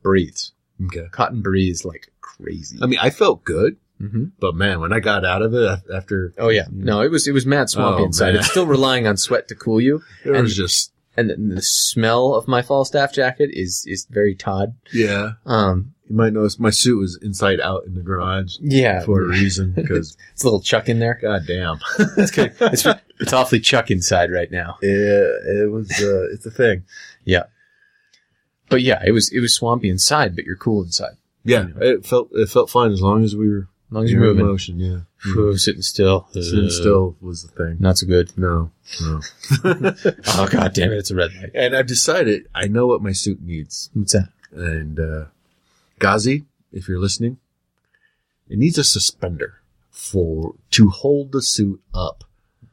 breathes. Okay. Cotton breathes like crazy. I mean, I felt good, Mhm. but man, when I got out of it af- after Oh yeah, no, it was it was mad swampy mm. Oh, inside. man. It's still relying on sweat to cool you, it And- was just and the, the smell of my Falstaff jacket is is very Todd. yeah. Um, You might notice my suit was inside out in the garage yeah, for a reason because it's a little Chuck in there. goddamn, It's good. It's, it's awfully Chuck inside right now. yeah, it was uh, it's a thing. But yeah, it was it was swampy inside, but you're cool inside Yeah, it felt it felt fine as long as we were, as long as you're we were in moving. motion. Yeah, Phew, sitting still, sitting Uh, still was the thing. not so good. No, no. Oh god damn it, it's a red light. and I've decided I know what my suit needs. What's that? And uh, Ghazi, if you're listening, it needs a suspender for to hold the suit up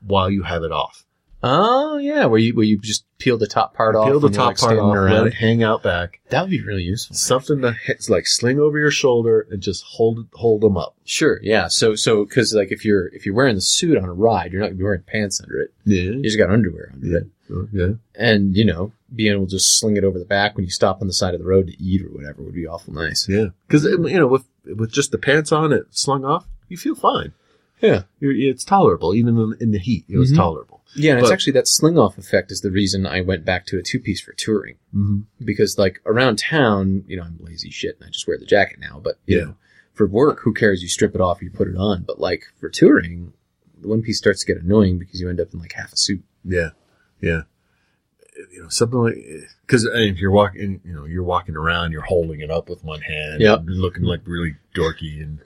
while you have it off. Oh yeah, where you where you just peel the top part off. Peel the and you're, top like, part standing off, let around. it hang out back. That would be really useful. Something to hit, like sling over your shoulder and just hold hold them up. Sure, yeah. So so because like if you're if you're wearing the suit on a ride, you're not gonna be wearing pants under it. You Yeah, just got underwear under it, yeah. and you know being able to just sling it over the back when you stop on the side of the road to eat or whatever would be awful nice. Yeah, because you know, with with just the pants on, it slung off, you feel fine. Yeah. You're, it's tolerable, even in, in the heat. It was Mhm. tolerable. Yeah, and it's But- actually that sling off effect is the reason I went back to a two piece for touring. Mm-hmm. Because, like, around town, you know, I'm lazy shit and I just wear the jacket now. But, you Yeah. know, for work, who cares? You strip it off, you put it on. But, like, for touring, the one piece starts to get annoying because you end up in, like, half a suit. Yeah, yeah. You know, something like because if you're walking, you know, you're walking around, you're holding it up with one hand. Yep. and looking like really dorky and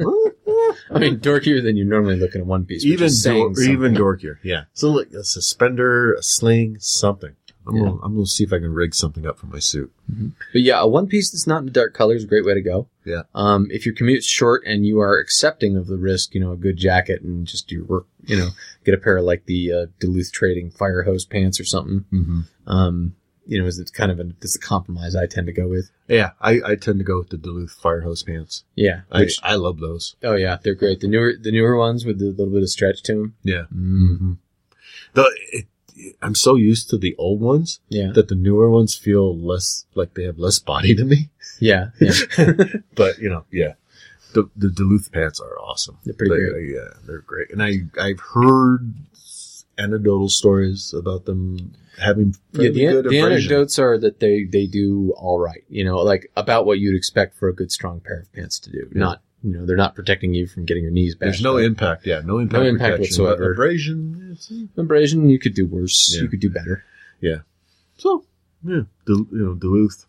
I mean, dorkier than you normally look in a one piece. which even is saying dor- something. even dorkier. Yeah. So like a suspender, a sling, something. I'm Yeah. gonna I'm gonna see if I can rig something up for my suit. But yeah, a one piece that's not in dark color is a great way to go. Yeah. Um, if your commute's short and you are accepting of the risk, you know, a good jacket and just your work, you know, get a pair of like the uh, Duluth Trading fire hose pants or something. Mm-hmm. Um, you know, is it kind of a, it's a compromise I tend to go with. Yeah, I, I tend to go with the Duluth fire hose pants. Yeah. I, Which, I love those. oh yeah, they're great. The newer the newer ones with the little bit of stretch to them. Yeah. Mm, Mm-hmm. The it, I'm so used to the old ones yeah. that the newer ones feel less like they have less body to me. Yeah. Yeah. But you know, yeah, the the Duluth pants are awesome. They're pretty They- uh, Yeah, they're great. And I I've heard anecdotal stories about them having yeah, fairly the, good the abrasion. anecdotes are that they they do all right you know like about what you'd expect for a good strong pair of pants to do Yeah. not you know they're not protecting you from getting your knees back There's no impact. Yeah, no impact. impact protection, but whatsoever. Abrasion. it's- abrasion you could do worse Yeah. you could do better So yeah, Dul- you know Duluth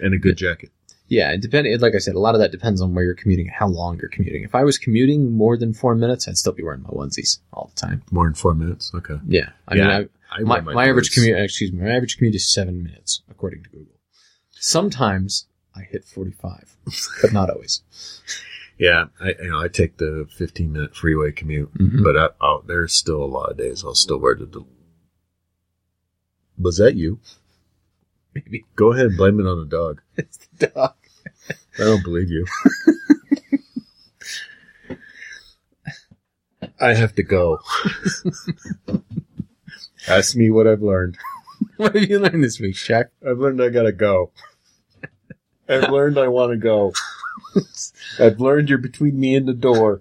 and a good jacket. yeah it depend it- like i said a lot of that depends on where you're commuting and how long you're commuting if i was commuting more than four minutes i'd still be wearing my onesies all the time More than four minutes. Okay. yeah i Yeah, mean I I, my, wear my average Duluths. commute excuse me my average commute is seven minutes according to google sometimes i hit 45 but not always Yeah, I you know I take the 15 minute freeway commute, Mhm. but I, oh, there's still a lot of days I'll still wear the. Dul- Was that you? maybe Go ahead and blame it on the dog. I don't believe you. I have to go. Ask me what I've learned. what have you learned this week Shaq? I've learned I gotta go. I've learned I want to go. I've learned you're between me and the door.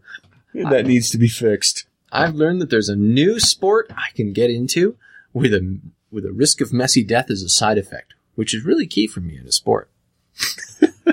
That needs to be fixed. I've learned that there's a new sport I can get into with a with a risk of messy death as a side effect, which is really key for me in a sport.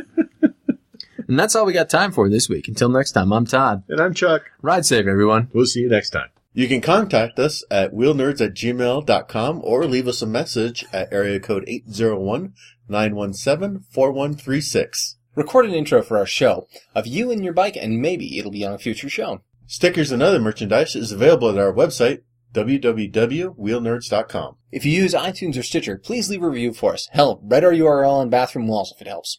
and that's all we got time for this week. Until next time, I'm Todd. And I'm Chuck. Ride safe, everyone. We'll see you next time. You can contact us at wheelnerds at gmail.com or leave us a message at area code 801 917 4136. Record an intro for our show of you and your bike, and maybe it'll be on a future show. Stickers and other merchandise is available at our website, www.wheelnerds.com. If you use iTunes or Stitcher, please leave a review for us. Hell, write our URL on bathroom walls if it helps.